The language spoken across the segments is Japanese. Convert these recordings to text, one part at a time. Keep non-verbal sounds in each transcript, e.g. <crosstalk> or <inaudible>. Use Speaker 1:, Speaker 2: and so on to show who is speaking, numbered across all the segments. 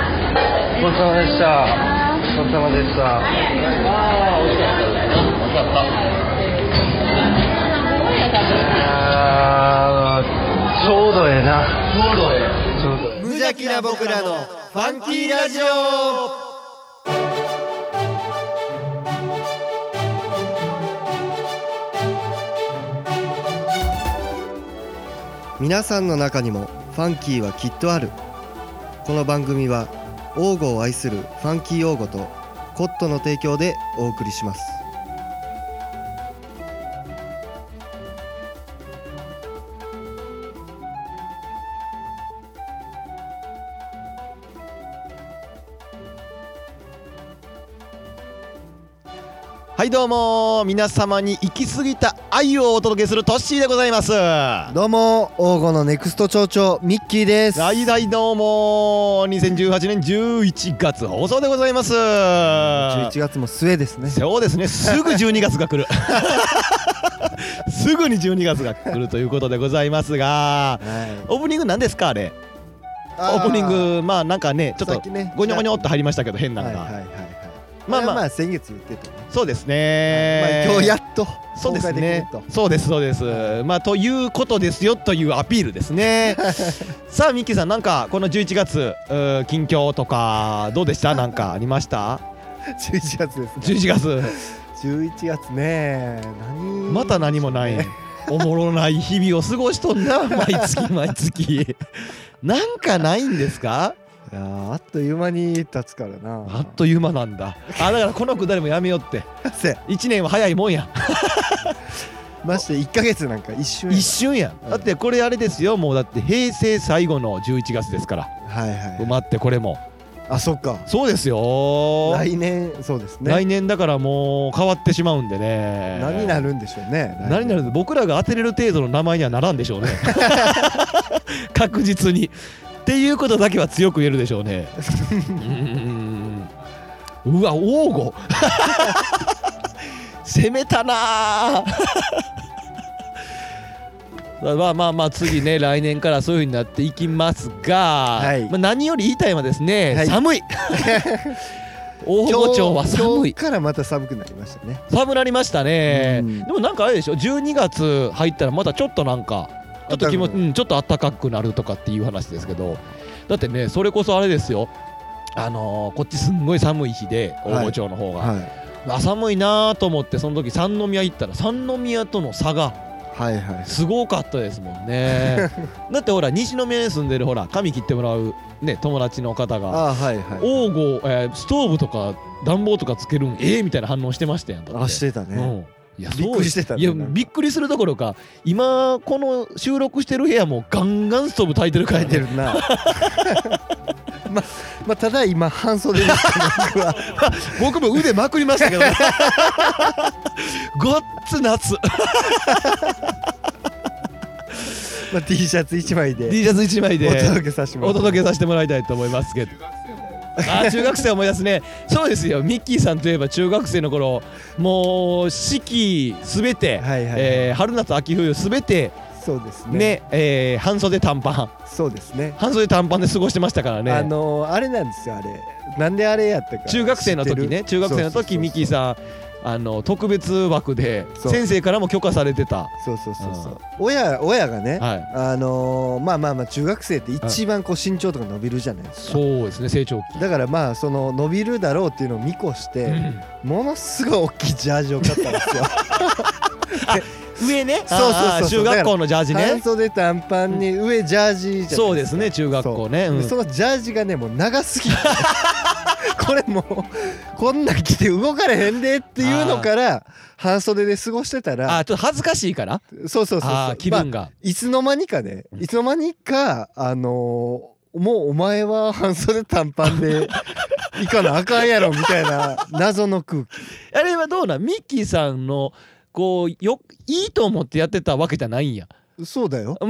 Speaker 1: ごちそうさまでした。お疲れ様でした。ああ、美味しかったですね。美味しかった。あーちょうどええな。ちょうどええ。ちょうどええ。
Speaker 2: 無邪気な僕らのファンキーラジオ皆さんの中にもファンキーはきっとあるこの番組は王語を愛するファンキー王語とコットの提供でお送りします
Speaker 3: はいどうも皆様に行き過ぎた愛をお届けするトッシーでございます
Speaker 2: どうも王語のネクスト町長ミッキーです
Speaker 3: はいはいどうも2018年11月放送でございます
Speaker 2: 11月も末ですね
Speaker 3: そうですねすぐ12月が来る
Speaker 2: <laughs>
Speaker 3: すぐに12月が来るということでございます
Speaker 2: は
Speaker 3: が
Speaker 2: い
Speaker 3: オープニング何ですかあれオ
Speaker 2: あ
Speaker 3: ープニングまあなんかねちょっ
Speaker 2: さ
Speaker 3: と
Speaker 2: っきね
Speaker 3: ゴニョゴニョっと入りましたけど変なの
Speaker 2: はい
Speaker 3: が、
Speaker 2: はいはいはい
Speaker 3: まあまあ
Speaker 2: まあ先月言ってたね
Speaker 3: そうです
Speaker 2: まあ
Speaker 3: ね、
Speaker 2: 今日やっと
Speaker 3: そうで
Speaker 2: 公
Speaker 3: すね
Speaker 2: 開できる。
Speaker 3: そうですそうです。
Speaker 2: は
Speaker 3: まあということですよというアピールですね。 <laughs> さあミッキーさんなんかこの11月うー近況とかどうでした？なんかありました
Speaker 2: と11月ですね。
Speaker 3: ？11月
Speaker 2: 11月ね、何
Speaker 3: また何もない。おもろない日々を過ごしと
Speaker 2: <laughs>
Speaker 3: んな毎月毎月。なんかないんですか？
Speaker 2: いやーあっという間に経つからな。
Speaker 3: あっという間なんだ。あだからこのくだりもやめよって。
Speaker 2: せ
Speaker 3: 1年は早いもんや。
Speaker 2: まして1ヶ月なんか一瞬や
Speaker 3: 一瞬や。だってこれあれですよ。もうだって平成最後の11月ですから。
Speaker 2: はいはい。
Speaker 3: 待ってこれも。
Speaker 2: あ、そっか。
Speaker 3: そうですよ来,、
Speaker 2: 来年そうですね。
Speaker 3: 来年だからもう変わってしまうんでね
Speaker 2: 何になるんでしょうね。
Speaker 3: 何になる
Speaker 2: 来
Speaker 3: 僕らが当てれる程度の名前にはならんでしょう
Speaker 2: <laughs>
Speaker 3: ね確実にっていうことだけは強く言えるでしょ
Speaker 2: <laughs>
Speaker 3: うねうーんうわ
Speaker 2: <laughs>
Speaker 3: 王吾攻めたなあまあまあまあ次ね来年からそういうふうになっていきますが、
Speaker 2: はい
Speaker 3: まあ、何より言いたいのはですね、
Speaker 2: はい <laughs>
Speaker 3: 寒い大
Speaker 2: 年。
Speaker 3: 御町は寒
Speaker 2: 今日
Speaker 3: い
Speaker 2: からまた寒くなりましたね。
Speaker 3: 寒なりましたね、
Speaker 2: うん
Speaker 3: でもなんかあれでしょ12月入ったらまたちょっとなんかちょっと気持ち、
Speaker 2: 暖かく
Speaker 3: うん、ちょっと暖かくなるとかっていう話ですけどだってねそれこそあれですよあのーこっちすんごい寒い日で
Speaker 2: はい
Speaker 3: 大御町の方が、
Speaker 2: は
Speaker 3: あ寒いなーと思ってその時三宮行ったら三宮との差が
Speaker 2: いはいはい。
Speaker 3: すごかったですも
Speaker 2: <laughs>
Speaker 3: んねだってほら西宮に住んでるほら髪切ってもらうね友達の方が
Speaker 2: あーはいはい。
Speaker 3: 王吾、えーストーブとか暖房とかつけるんええみたいな反応してましたやんだって
Speaker 2: あしてたね。
Speaker 3: うん、いや
Speaker 2: びっくりしてたね
Speaker 3: いや
Speaker 2: なんか
Speaker 3: びっくりするどころか今この収録してる部屋もガンガンストーブ炊いてるか
Speaker 2: 書
Speaker 3: ら
Speaker 2: いて <laughs>
Speaker 3: ね
Speaker 2: るな。ままあただ今半袖ですけど僕は。
Speaker 3: <laughs> 僕も腕まくりましたけどねごっつ夏
Speaker 2: まあ T シャツ一枚で
Speaker 3: T シャツ1枚で
Speaker 2: お届けさせてもら
Speaker 3: お
Speaker 2: って
Speaker 3: 届けさせてもらいたいと思いますけどあー中学生思い出すねそうですよミッキーさんといえば中学生の頃もう四季すべて、
Speaker 2: はいはいはい
Speaker 3: えー春夏秋冬すべて
Speaker 2: そうです
Speaker 3: ね
Speaker 2: ね
Speaker 3: えー半袖短パン
Speaker 2: そうですね
Speaker 3: 半袖短パンで過ごしてましたからね
Speaker 2: あのー、あれなんですよあれなんであれやったか
Speaker 3: 中学生の時ね中学生の時ミキー
Speaker 2: ん
Speaker 3: さんあの特別枠で
Speaker 2: そう
Speaker 3: 先生からも許可されてた
Speaker 2: そうそうそうそう親親がね、
Speaker 3: はい
Speaker 2: あのー、まあまあまあ中学生って一番こう身長とか伸びるじゃないですか、
Speaker 3: そうですね成長期
Speaker 2: だからまあその伸びるだろうっていうのを見越して、ものすごい大きいジャージを買ったんですよそうそうそう
Speaker 3: 上ねあー中学校のジャージ
Speaker 2: 半
Speaker 3: ね
Speaker 2: 袖短パンに上ジャージじゃないですか
Speaker 3: そうですね中学校ね
Speaker 2: そううんでそのジャージがねもう長すぎて <laughs> これもうこんなん着て動かれへんでっていうのから半袖で過ごしてた
Speaker 3: あ
Speaker 2: ら
Speaker 3: ーちょっと恥ずかしいから
Speaker 2: そうそうそうそう
Speaker 3: あー気
Speaker 2: まあ
Speaker 3: 分が
Speaker 2: いつの間にかねいつの間にかあのーもうお前は半袖短パンでいかなあかんやろみたいな謎の空気
Speaker 3: あれはどうなんミッキーさんのこうよいいと思ってやってたわけじゃないんや
Speaker 2: そうだよ
Speaker 3: <laughs> あ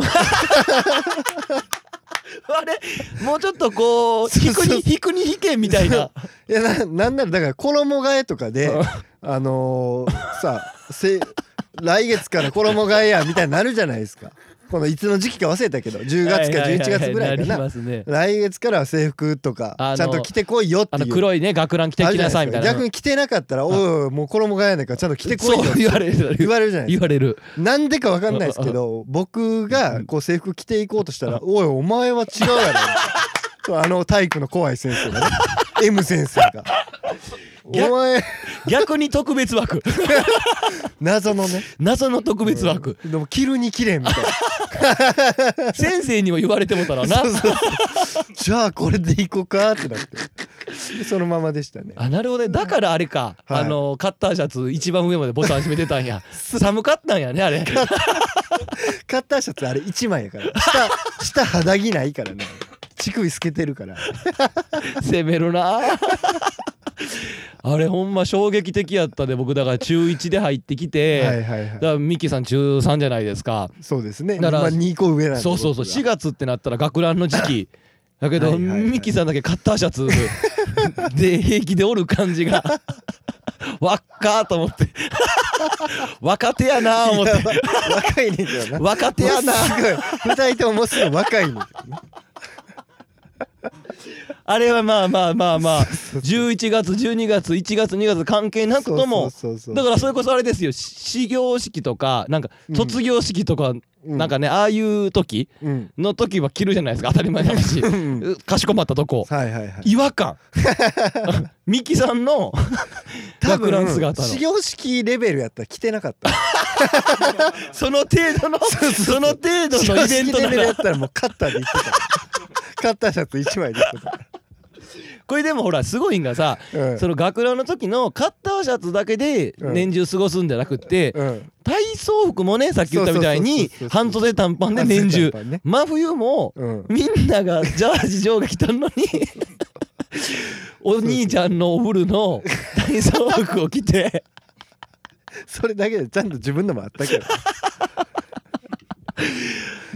Speaker 3: れもうちょっとこ <laughs> う引
Speaker 2: そ
Speaker 3: く
Speaker 2: うそう
Speaker 3: に引くに引けみた <laughs> い
Speaker 2: <laughs>
Speaker 3: ない
Speaker 2: やななんならだから衣替えとかで
Speaker 3: うん
Speaker 2: あのーさせ来月から衣替えやみたいになるじゃないですかこのいつの時期か忘れたけど10月か11月ぐらいか
Speaker 3: なり
Speaker 2: な
Speaker 3: ますね
Speaker 2: 来月からは制服とか
Speaker 3: あの
Speaker 2: ちゃんと着てこいよって
Speaker 3: あの
Speaker 2: いう
Speaker 3: 黒いね学ラン着てきなさいみたいな
Speaker 2: 逆に着てなかったら「おいおいもう衣替えないからちゃんと着てこいよ」
Speaker 3: そう言われる
Speaker 2: 言われるじゃないです
Speaker 3: 言
Speaker 2: か
Speaker 3: われる
Speaker 2: なんでかわかんないですけど僕がこう制服着ていこうとしたら「 <laughs> おいお前は違うやろ」 <laughs> とあの体育の怖い先生がね <laughs> M 先生が「お
Speaker 3: 逆
Speaker 2: 前
Speaker 3: 逆に特別枠 <laughs>
Speaker 2: 謎のね
Speaker 3: 謎の特別枠
Speaker 2: でも着るに着れん」みたいな
Speaker 3: 先生にも言われてもたらな
Speaker 2: そうそうそうじゃあこれでいこうかってなってでそのままでしたね
Speaker 3: あなるほどねだからあれか、
Speaker 2: はい
Speaker 3: あのカッターシャツ一番上までボタン閉めてたん
Speaker 2: <laughs>
Speaker 3: や寒かったんやねあれ
Speaker 2: カッターシャツあれ1枚やから下 <laughs> 下肌着ないからね乳首透けてるから
Speaker 3: <laughs> 攻め
Speaker 2: <laughs>
Speaker 3: るなあれほんま衝撃的やったで僕だから中1で入ってきて、
Speaker 2: はいはい
Speaker 3: だ
Speaker 2: は
Speaker 3: か
Speaker 2: い
Speaker 3: らミッキーさん中3じゃないですか
Speaker 2: そうですね
Speaker 3: だから
Speaker 2: まあ2個上なんで
Speaker 3: そうそうそう
Speaker 2: 僕が
Speaker 3: 4月ってなったら学ランの時
Speaker 2: <laughs>
Speaker 3: 期だけど、
Speaker 2: はいはいはい
Speaker 3: ミッキーさんだけカッターシ
Speaker 2: <laughs>
Speaker 3: ャツで平気でおる感じがわっかーと思って若手やなー思
Speaker 2: <laughs>
Speaker 3: っ
Speaker 2: いや
Speaker 3: て
Speaker 2: わ若いねんけどな
Speaker 3: 若手やな
Speaker 2: もうすごい二人とももうすぐ若いねんけどね
Speaker 3: あれはまあまあまあまあ11月12月1月2月関係なくと
Speaker 2: そうそ
Speaker 3: も
Speaker 2: うそうそう
Speaker 3: だからそれこそあれですよし始業式とかなんか
Speaker 2: うん
Speaker 3: 卒業式とか、
Speaker 2: うん
Speaker 3: なんかねああいう時
Speaker 2: うん
Speaker 3: の時は着るじゃないですか当たり前だし
Speaker 2: ん
Speaker 3: かしこまったとこ
Speaker 2: はいはいはい
Speaker 3: <laughs> 違和感ミキさんの
Speaker 2: 多
Speaker 3: 学ラン
Speaker 2: 分
Speaker 3: 姿の
Speaker 2: 始業式レベルやったら着てなかった
Speaker 3: その程
Speaker 2: <laughs>
Speaker 3: 度のその程度のイベント
Speaker 2: 始業式レ
Speaker 3: な
Speaker 2: ベルや
Speaker 3: ら
Speaker 2: ったらもうカッターで行ってたカッターシャツ1枚で行ってた
Speaker 3: これでもほらすごいんがさ、
Speaker 2: うん
Speaker 3: その学ランの時のカッターシャツだけで
Speaker 2: うん
Speaker 3: 年中過ごすんじゃなくって、
Speaker 2: うん
Speaker 3: 体操服もねさっき言ったみたい
Speaker 2: そう
Speaker 3: に
Speaker 2: そうそうそう
Speaker 3: 半袖短パンで年中
Speaker 2: 半袖短パンね
Speaker 3: 真冬も
Speaker 2: うん
Speaker 3: みんながジャージ上下着た
Speaker 2: <laughs>
Speaker 3: のにお兄ちゃんのお風呂の体操服を着て
Speaker 2: それだけでちゃんと自分のもあったけど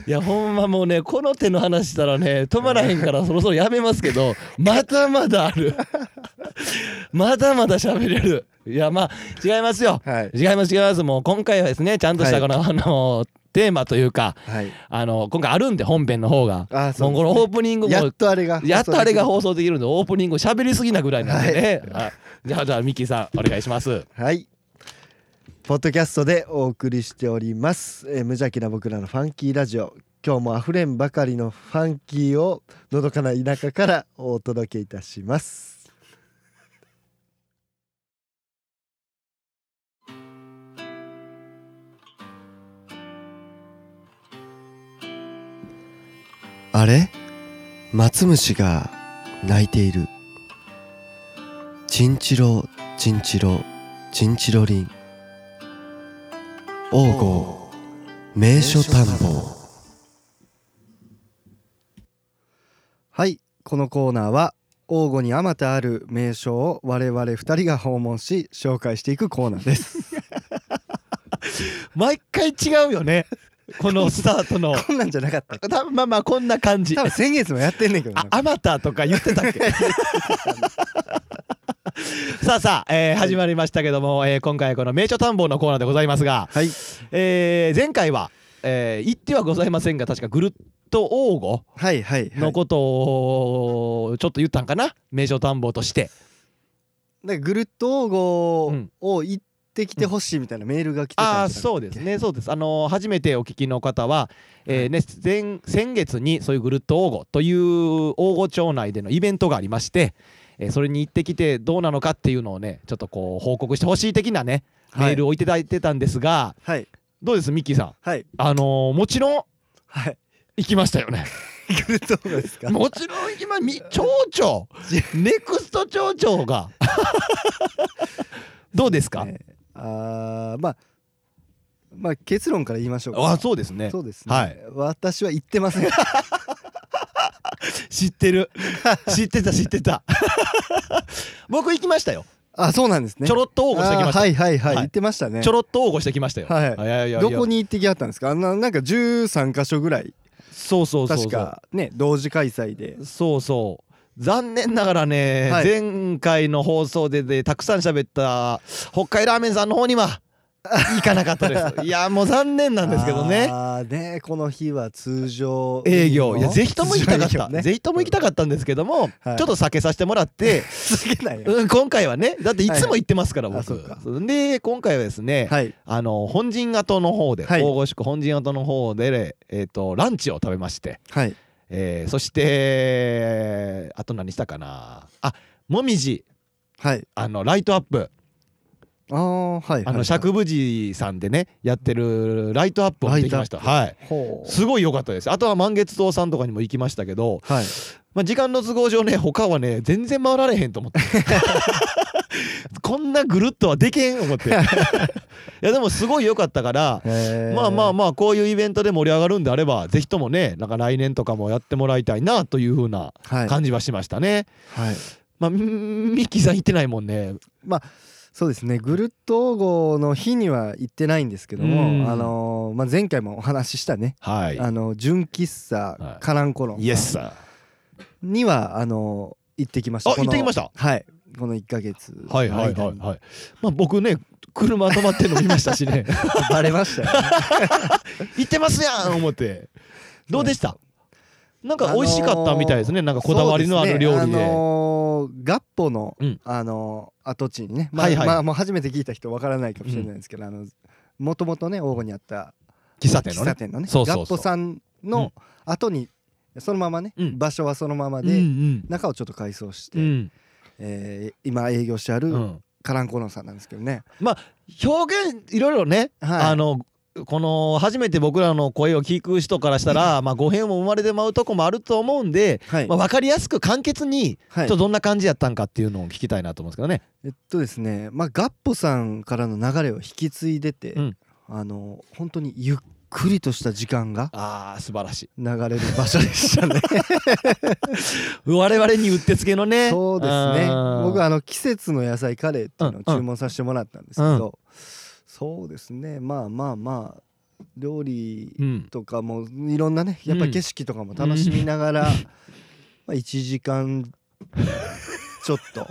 Speaker 3: いやほんまもうねこの手の話したらね止まらへんからそろそろやめますけどまだまだあるまだまだ喋れるいやまあ違いますよ、
Speaker 2: はい
Speaker 3: 違います違いますもう今回はですねちゃんとしたこの、あのテーマというか
Speaker 2: はい
Speaker 3: あの今回あるんで本編の方が
Speaker 2: あそう
Speaker 3: もうこのオープニングも
Speaker 2: やっとあれが
Speaker 3: やっとあれが放送できるんでオープニング喋りすぎなぐらいなんでね、あじゃあじゃあミッキーさんお願いします
Speaker 2: はい。ポッドキャストでお送りしております、えー無邪気な僕らのファンキーラジオ今日もあふれんばかりのファンキーをのどかな田舎からお届けいたします
Speaker 4: あれ松虫が泣いている。チンチロ、チンチロ、チンチロリン。王郷、名所探訪。はい、このコーナーは、王郷にあまたある名所を我々二人が訪問し、紹介していくコーナー <laughs> です。
Speaker 3: 毎回違うよねこのスタートの
Speaker 4: こんなんじゃなかった。
Speaker 3: <laughs> 多分まあまあこんな感じ
Speaker 4: 多分先月もやってんねんけど
Speaker 3: あ
Speaker 4: な、。
Speaker 3: あまたとか言ってたっけ <laughs> さあさあ、えー始まりましたけども、えー今回はこの名所探訪のコーナーでございますが、
Speaker 2: はい
Speaker 3: えー前回は、えー言ってはございませんが確かぐるっと王吾
Speaker 4: はいはい、は
Speaker 3: の
Speaker 4: い。
Speaker 3: ことをちょっと言ったんかな名所探訪として
Speaker 4: なんかぐるっと王
Speaker 3: う
Speaker 4: 郷
Speaker 3: ん
Speaker 4: を行ってきてほしいみたいなメールが来てた
Speaker 3: あ
Speaker 4: ん
Speaker 3: あ
Speaker 4: じゃない
Speaker 3: そうですねそうですあのー初めてお聞きの方は、えーね、前先月にそういうぐるっと王吾という王吾町内でのイベントがありまして、えーそれに行ってきてどうなのかっていうのをねちょっとこう報告してほしい的なねメ
Speaker 4: はい
Speaker 3: ールをいただいてたんですが、
Speaker 4: はい
Speaker 3: どうですミッキーさん
Speaker 4: はい
Speaker 3: あのーもちろん <laughs>
Speaker 4: はい
Speaker 3: 行きましたよ
Speaker 4: <laughs>
Speaker 3: ね
Speaker 4: ぐるっと王郷ですか
Speaker 3: もちろん行きまみ町長ネクスト町長が
Speaker 4: <laughs>
Speaker 3: どうですか、
Speaker 4: ね <laughs> あーまあまあ結論から言いましょうか
Speaker 3: あそうですね
Speaker 4: そうですね、
Speaker 3: はい
Speaker 4: 私は行ってません <laughs>
Speaker 3: 知ってる知ってた知ってた <laughs> 僕行きましたよ、
Speaker 4: あそうなんですね
Speaker 3: ちょろっと応募してきました、
Speaker 4: あーはいはいはい、
Speaker 3: はい
Speaker 4: 行ってましたね
Speaker 3: ちょろっと応募してきましたよ、
Speaker 4: はい
Speaker 3: ややいや
Speaker 4: どこに行ってきはったんですかあんななんか13箇所ぐらい
Speaker 3: そうそうそうそう
Speaker 4: 確かね同時開催で
Speaker 3: そうそう残念ながらね、
Speaker 4: はい
Speaker 3: 前回の放送ででたくさん喋った北海ラーメンさんの方には行かなかったです。いやもう残念なんですけどね。
Speaker 2: あーねこの日は通常
Speaker 3: 営業いやぜひとも行きたかっ
Speaker 2: 通常営
Speaker 3: た、
Speaker 2: 業ね
Speaker 3: ぜひとも行きたかったんですけども、
Speaker 2: はい
Speaker 3: ちょっと避けさせてもらって、
Speaker 2: 続けないよ
Speaker 3: うん、今回はねだっていつも行ってますから、
Speaker 2: はいはい
Speaker 3: 僕
Speaker 2: あ
Speaker 3: で今回はですね、
Speaker 2: はい
Speaker 3: あの本陣跡の方で、
Speaker 2: はい
Speaker 3: 大御宿本陣跡の方で、えー、とランチを食べまして、
Speaker 2: はい
Speaker 3: えーそしてあと何したかなあもみじ
Speaker 2: はい
Speaker 3: あのライトアップ
Speaker 2: あーはい
Speaker 3: あの
Speaker 2: 尺
Speaker 3: 釈武寺さんでねやってるライトアップを見てきましたはい
Speaker 2: ほう
Speaker 3: すごい良かったですあとは満月堂さんとかにも行きましたけど、
Speaker 2: はい
Speaker 3: まあ、時間の都合上ね他はね全然回られへんと思 <laughs> ってこんなぐるっとはでけん思って <laughs> いやでもすごい良かったからまあまあまあこういうイベントで盛り上がるんであればぜひともねなんか来年とかもやってもらいたいなというふうな
Speaker 2: あはい
Speaker 3: 感じはしましたね、
Speaker 2: はい
Speaker 3: まあんミッキーさん行ってないもんね
Speaker 2: まあそうですねぐるっと王の日には行ってないんですけど
Speaker 3: うん
Speaker 2: も、あのーまあ、前回もお話ししたね、
Speaker 3: はい
Speaker 2: あの純喫
Speaker 3: は
Speaker 2: 茶
Speaker 3: い
Speaker 2: カランコロン
Speaker 3: イエスさ
Speaker 2: にはあのー行ってきました
Speaker 3: あ
Speaker 2: この
Speaker 3: 行ってきました
Speaker 2: はいこの1か月
Speaker 3: んはいはいはい
Speaker 2: い
Speaker 3: はいまあ僕ね車止まってんの見ました
Speaker 2: <laughs>
Speaker 3: しね
Speaker 2: バレましたよ、ね、
Speaker 3: 行ってますやん思ってどうでしたなんか美味しかったみたいですねなん <laughs> かこだわりのある料
Speaker 2: そう
Speaker 3: 理
Speaker 2: すねあ
Speaker 3: で
Speaker 2: のーガッポの、
Speaker 3: うん
Speaker 2: あのー跡地にね、まあ
Speaker 3: はいはい
Speaker 2: まあ、もう初めて聞いた人わからないかもしれないですけど、あのもともとね黄金にあった
Speaker 3: 喫茶店の
Speaker 2: 喫茶
Speaker 3: ね
Speaker 2: 店のね
Speaker 3: そうそうそう
Speaker 2: ガッポさんの後にそのままね、
Speaker 3: うん
Speaker 2: 場所はそのまま
Speaker 3: うんう
Speaker 2: で、
Speaker 3: ん
Speaker 2: 中をちょっと改装して、
Speaker 3: うん
Speaker 2: えー今営業してあ
Speaker 3: う
Speaker 2: る
Speaker 3: ん
Speaker 2: カランコロンさんなんですけどね、
Speaker 3: 表現いろいろね
Speaker 2: はい
Speaker 3: あのこの初めて僕らの声を聞く人からしたらまあ語弊も生まれてまうとこもあると思うんで
Speaker 2: はい
Speaker 3: まあ分かりやすく簡潔にち
Speaker 2: は
Speaker 3: ょ
Speaker 2: い
Speaker 3: っとどんな感じやったんかっていうのを聞きたいなと思うんですけどね
Speaker 2: えっとですね、まあ、ガッポさんからの流れを引き継いでて、
Speaker 3: うん
Speaker 2: あの本当にゆっくりとした時間が
Speaker 3: あー素晴らしい
Speaker 2: 流れる場所でした
Speaker 3: <laughs>
Speaker 2: ね
Speaker 3: 我々にうってつけのね
Speaker 2: そうですね
Speaker 3: あー
Speaker 2: 僕あの季節の野菜カレーっていうのを注文させてもらったんですけど、
Speaker 3: うんう
Speaker 2: そうですねまあまあまあ料理
Speaker 3: うん
Speaker 2: とかもいろんなねやっぱり景色とかも楽しみながら、まあ、1時間ちょっと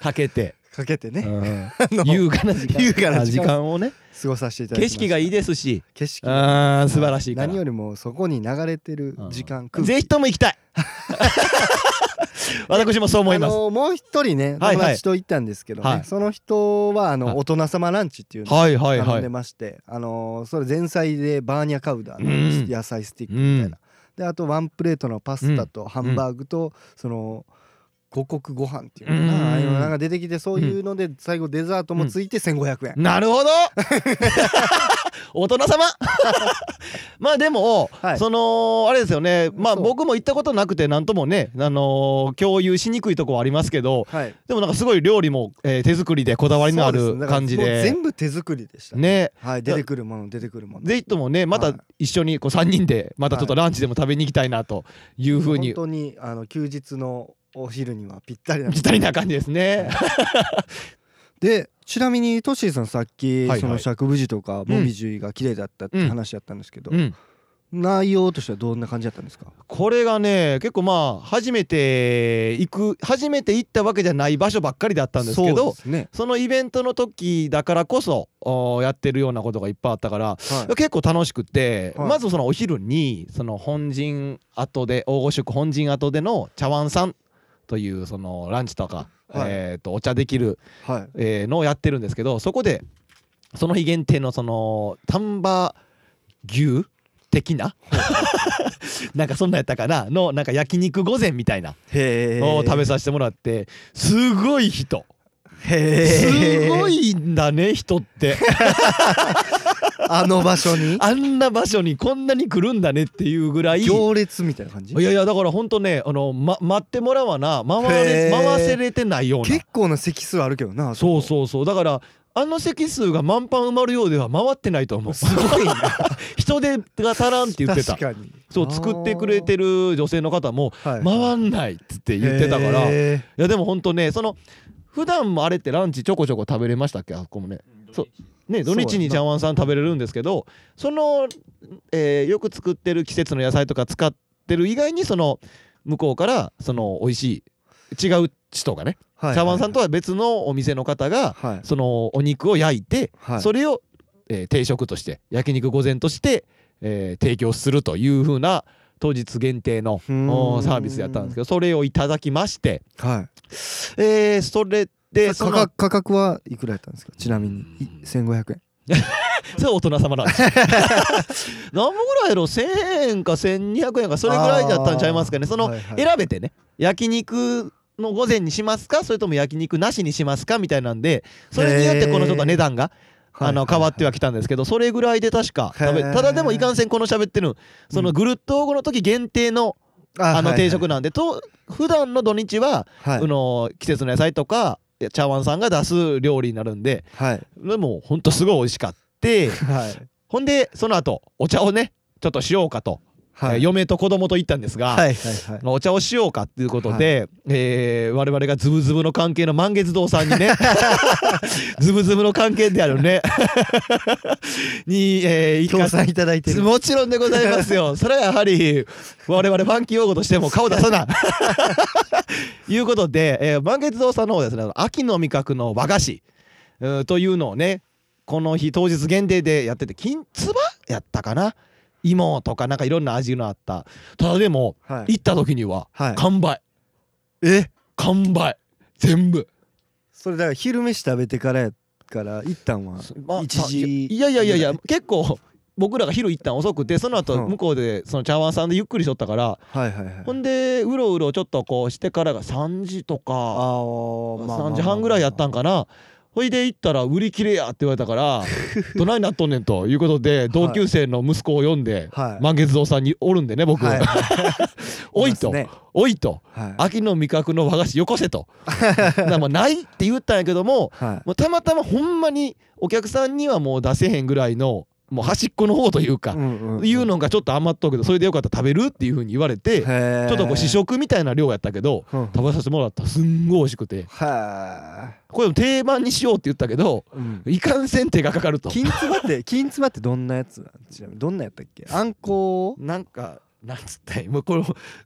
Speaker 3: かけて
Speaker 2: かけてね、 <laughs>
Speaker 3: うん優雅な時間
Speaker 2: 優雅な時間
Speaker 3: あをね
Speaker 2: 過ごさせていただきま
Speaker 3: 景
Speaker 2: した
Speaker 3: 色がいいですし
Speaker 2: 景色が
Speaker 3: あー素晴らしいから
Speaker 2: 何よりもそこに流れてる時間、空気
Speaker 3: ぜひとも行
Speaker 2: <laughs>
Speaker 3: きたい <laughs> 私もそう思います
Speaker 2: あのもう一人ね
Speaker 3: はい
Speaker 2: 友達と行ったんですけどね、
Speaker 3: はい
Speaker 2: その人はあ
Speaker 3: はい
Speaker 2: の大人様ランチっていうのを
Speaker 3: はいはいは
Speaker 2: 頼ん
Speaker 3: い
Speaker 2: でまして、あのそれ前菜でバーニャカウダ
Speaker 3: うん
Speaker 2: の野菜スティックみたいな、であとワンプレートのパスタとハンバーグと、その五穀ご飯っていうのか
Speaker 3: うん
Speaker 2: なああいうのなんか出てきてそういうので最後デザートもついて1500円、
Speaker 3: <laughs> なるほど
Speaker 2: <laughs>
Speaker 3: 大人様 <laughs> まあでも、
Speaker 2: はい
Speaker 3: そのあれですよねまあ
Speaker 2: そう
Speaker 3: 僕も行ったことなくて何ともね、あのー共有しにくいとこはありますけど
Speaker 2: はい
Speaker 3: でもなんかすごい料理も、えー手作りでこだわりのあ
Speaker 2: そうす
Speaker 3: る
Speaker 2: ねだから
Speaker 3: 感じ
Speaker 2: もう
Speaker 3: で
Speaker 2: 全部手作りでしたね
Speaker 3: ね
Speaker 2: はい出てくるもの出てくるもの
Speaker 3: ぜひともねま
Speaker 2: はい
Speaker 3: た一緒にこう3人でまたちょっとランチでも食べに行きたいなというふうに
Speaker 2: 本当にあの休日のお昼にはぴったりな
Speaker 3: ぴったりな感じですね。
Speaker 2: でちなみにトッシーさんさっき、
Speaker 3: いはい
Speaker 2: その釈武寺とか
Speaker 3: うん
Speaker 2: 紅葉が綺麗だったって話だったんですけど、
Speaker 3: うん
Speaker 2: 内容としてはどんな感じだったんですか
Speaker 3: これがね結構まあ初めて行く初めて行ったわけじゃない場所ばっかりだったんですけ
Speaker 2: そう
Speaker 3: ど
Speaker 2: ですね、
Speaker 3: そのイベントの時だからこそおやってるようなことがいっぱいあったから
Speaker 2: はい
Speaker 3: 結構楽しくて、
Speaker 2: はい
Speaker 3: まずそのお昼にその本陣跡で大御宿本陣跡での茶碗さんというそのランチとか、
Speaker 2: はい
Speaker 3: えーとお茶できる、
Speaker 2: はい
Speaker 3: えーのをやってるんですけどそこでその日限定のその丹波牛
Speaker 2: <laughs>
Speaker 3: 的ななんかそんなんやったかなのなんか焼肉御膳みたいな
Speaker 2: へ
Speaker 3: のを食べ
Speaker 2: さ
Speaker 3: させてもらってすごい人
Speaker 2: へ
Speaker 3: すご
Speaker 2: い
Speaker 3: いんだね
Speaker 2: <laughs>
Speaker 3: 人って。
Speaker 2: あの場所に
Speaker 3: あんな場所にこんなに来るんだねっていうぐらい。い
Speaker 2: 行列みたいな感じ
Speaker 3: やいやだから本当ねあの、ま、待ってもらわな回
Speaker 2: へ
Speaker 3: れ
Speaker 2: ー
Speaker 3: 回せれてないような
Speaker 2: 結構な席数あるけどな
Speaker 3: そう
Speaker 2: う
Speaker 3: そうそうだからあの席数が満帆埋まるようでは回ってないと思う
Speaker 2: すごいな
Speaker 3: <laughs> 人手が足らんって言ってた
Speaker 2: 確かに
Speaker 3: そう作ってくれてる女性の方も
Speaker 2: はい
Speaker 3: 回んないっつって言ってたからい
Speaker 2: へ
Speaker 3: やでも本当ねその普段もあれってランチちょこちょこ食べれましたっけあそこもねそうね、土日にジャワンさん食べれるんですけどその、えーよく作ってる季節の野菜とか使ってる以外にその向こうからその美味しい違う人がね
Speaker 4: はい
Speaker 3: 茶碗さんとは別のお店の方が
Speaker 4: はい
Speaker 3: そのお肉を焼いて、
Speaker 4: はい
Speaker 3: それを、えー定食として焼肉御膳として、えー提供するというふうな当日限定の
Speaker 4: うーん
Speaker 3: おサービスやったんですけどそれをいただきまして、
Speaker 4: はい
Speaker 3: えーそれでそ
Speaker 4: 価
Speaker 3: の
Speaker 4: 格価格はいくらやったんですかちなみにい1500円
Speaker 3: それは大人様なん
Speaker 4: <laughs>
Speaker 3: ですよ何もぐらいやろ1000円か1200円かそれぐらいだったんちゃいますかねその、
Speaker 4: はいはい
Speaker 3: 選べてね焼肉の午前にしますかそれとも焼肉なしにしますかみたいなんでそれによってこのちょっと値段があの変わってはきたんですけどそれぐらいで確か食べ
Speaker 4: へー
Speaker 3: ただでもいかんせんこの喋ってるそのぐるっとこの時限定のあの定食なんでと普段の土日は
Speaker 4: はい
Speaker 3: あの季節の野菜とか茶碗さんが出す料理になるんで
Speaker 4: はい
Speaker 3: でもほんとすごい美味しか
Speaker 4: <laughs>
Speaker 3: って
Speaker 4: はい
Speaker 3: ほんでその後お茶をねちょっとしようかと、
Speaker 4: は
Speaker 3: えー
Speaker 4: い
Speaker 3: 嫁と子供と行ったんですが、
Speaker 4: はいはいはい
Speaker 3: お茶をしようかっていうことで、えー我々がズブズブの関係の満月堂さんに
Speaker 4: <laughs>
Speaker 3: ねズブズブの関係であるね <laughs> に、えー、行
Speaker 4: 協
Speaker 3: か
Speaker 4: 賛いただいてる
Speaker 3: もちろんでございます
Speaker 4: <laughs>
Speaker 3: よ。それはやはり我々ファンキー用語としても顔出さ
Speaker 4: <laughs>
Speaker 3: ない。いうことで、えー、満月堂さんの方ですね秋の味覚の和菓子うーというのをねこの日当日限定でやってて金つばやったかな芋とかなんかいろんな味のあったただでも、
Speaker 4: はい
Speaker 3: 行った時には
Speaker 4: はい
Speaker 3: 完売
Speaker 4: え
Speaker 3: 完売全部
Speaker 4: それだから昼飯食べてからやから一旦は
Speaker 3: まあ
Speaker 4: 一時
Speaker 3: いやいやいやいや結構僕らが昼一旦遅くてその後
Speaker 4: うん
Speaker 3: 向こうでその茶碗さんでゆっくりしとったから
Speaker 4: はいはいはい
Speaker 3: ほんでうろうろちょっとこうしてからが3時とか
Speaker 4: あーまあまあまあま
Speaker 3: 3
Speaker 4: あ
Speaker 3: 時半ぐらいやったんかなほいで行ったら売り切れやって言われたから
Speaker 4: <laughs>
Speaker 3: どないなっとんねんということで同級生の息子を呼んで
Speaker 4: はい
Speaker 3: 満月堂さんにおるんでね僕
Speaker 4: はい
Speaker 3: <laughs> おいと
Speaker 4: いますね
Speaker 3: おいと
Speaker 4: はい
Speaker 3: 秋の味覚の和菓子よこせ
Speaker 4: <laughs>
Speaker 3: とだからもうないって言ったんやけども
Speaker 4: はい
Speaker 3: もうたまたまほんまにお客さんにはもう出せへんぐらいのもう端っこの方というか、
Speaker 4: んんん
Speaker 3: いうのがちょっと余っとうけどそれでよかったら食べるっていうふうに言われて、
Speaker 4: へー
Speaker 3: ちょっとこう試食みたいな量やったけど
Speaker 4: うん
Speaker 3: 食べさせてもらったらすんごい美味しくて
Speaker 4: は
Speaker 3: これも定番にしようって言ったけど
Speaker 4: あうん
Speaker 3: いかんせん手がかかると
Speaker 4: 金つばって <laughs> 金つばってどんなやつなんちなみにどんなやったっけあんこ
Speaker 3: なんかなんつったらもうこれ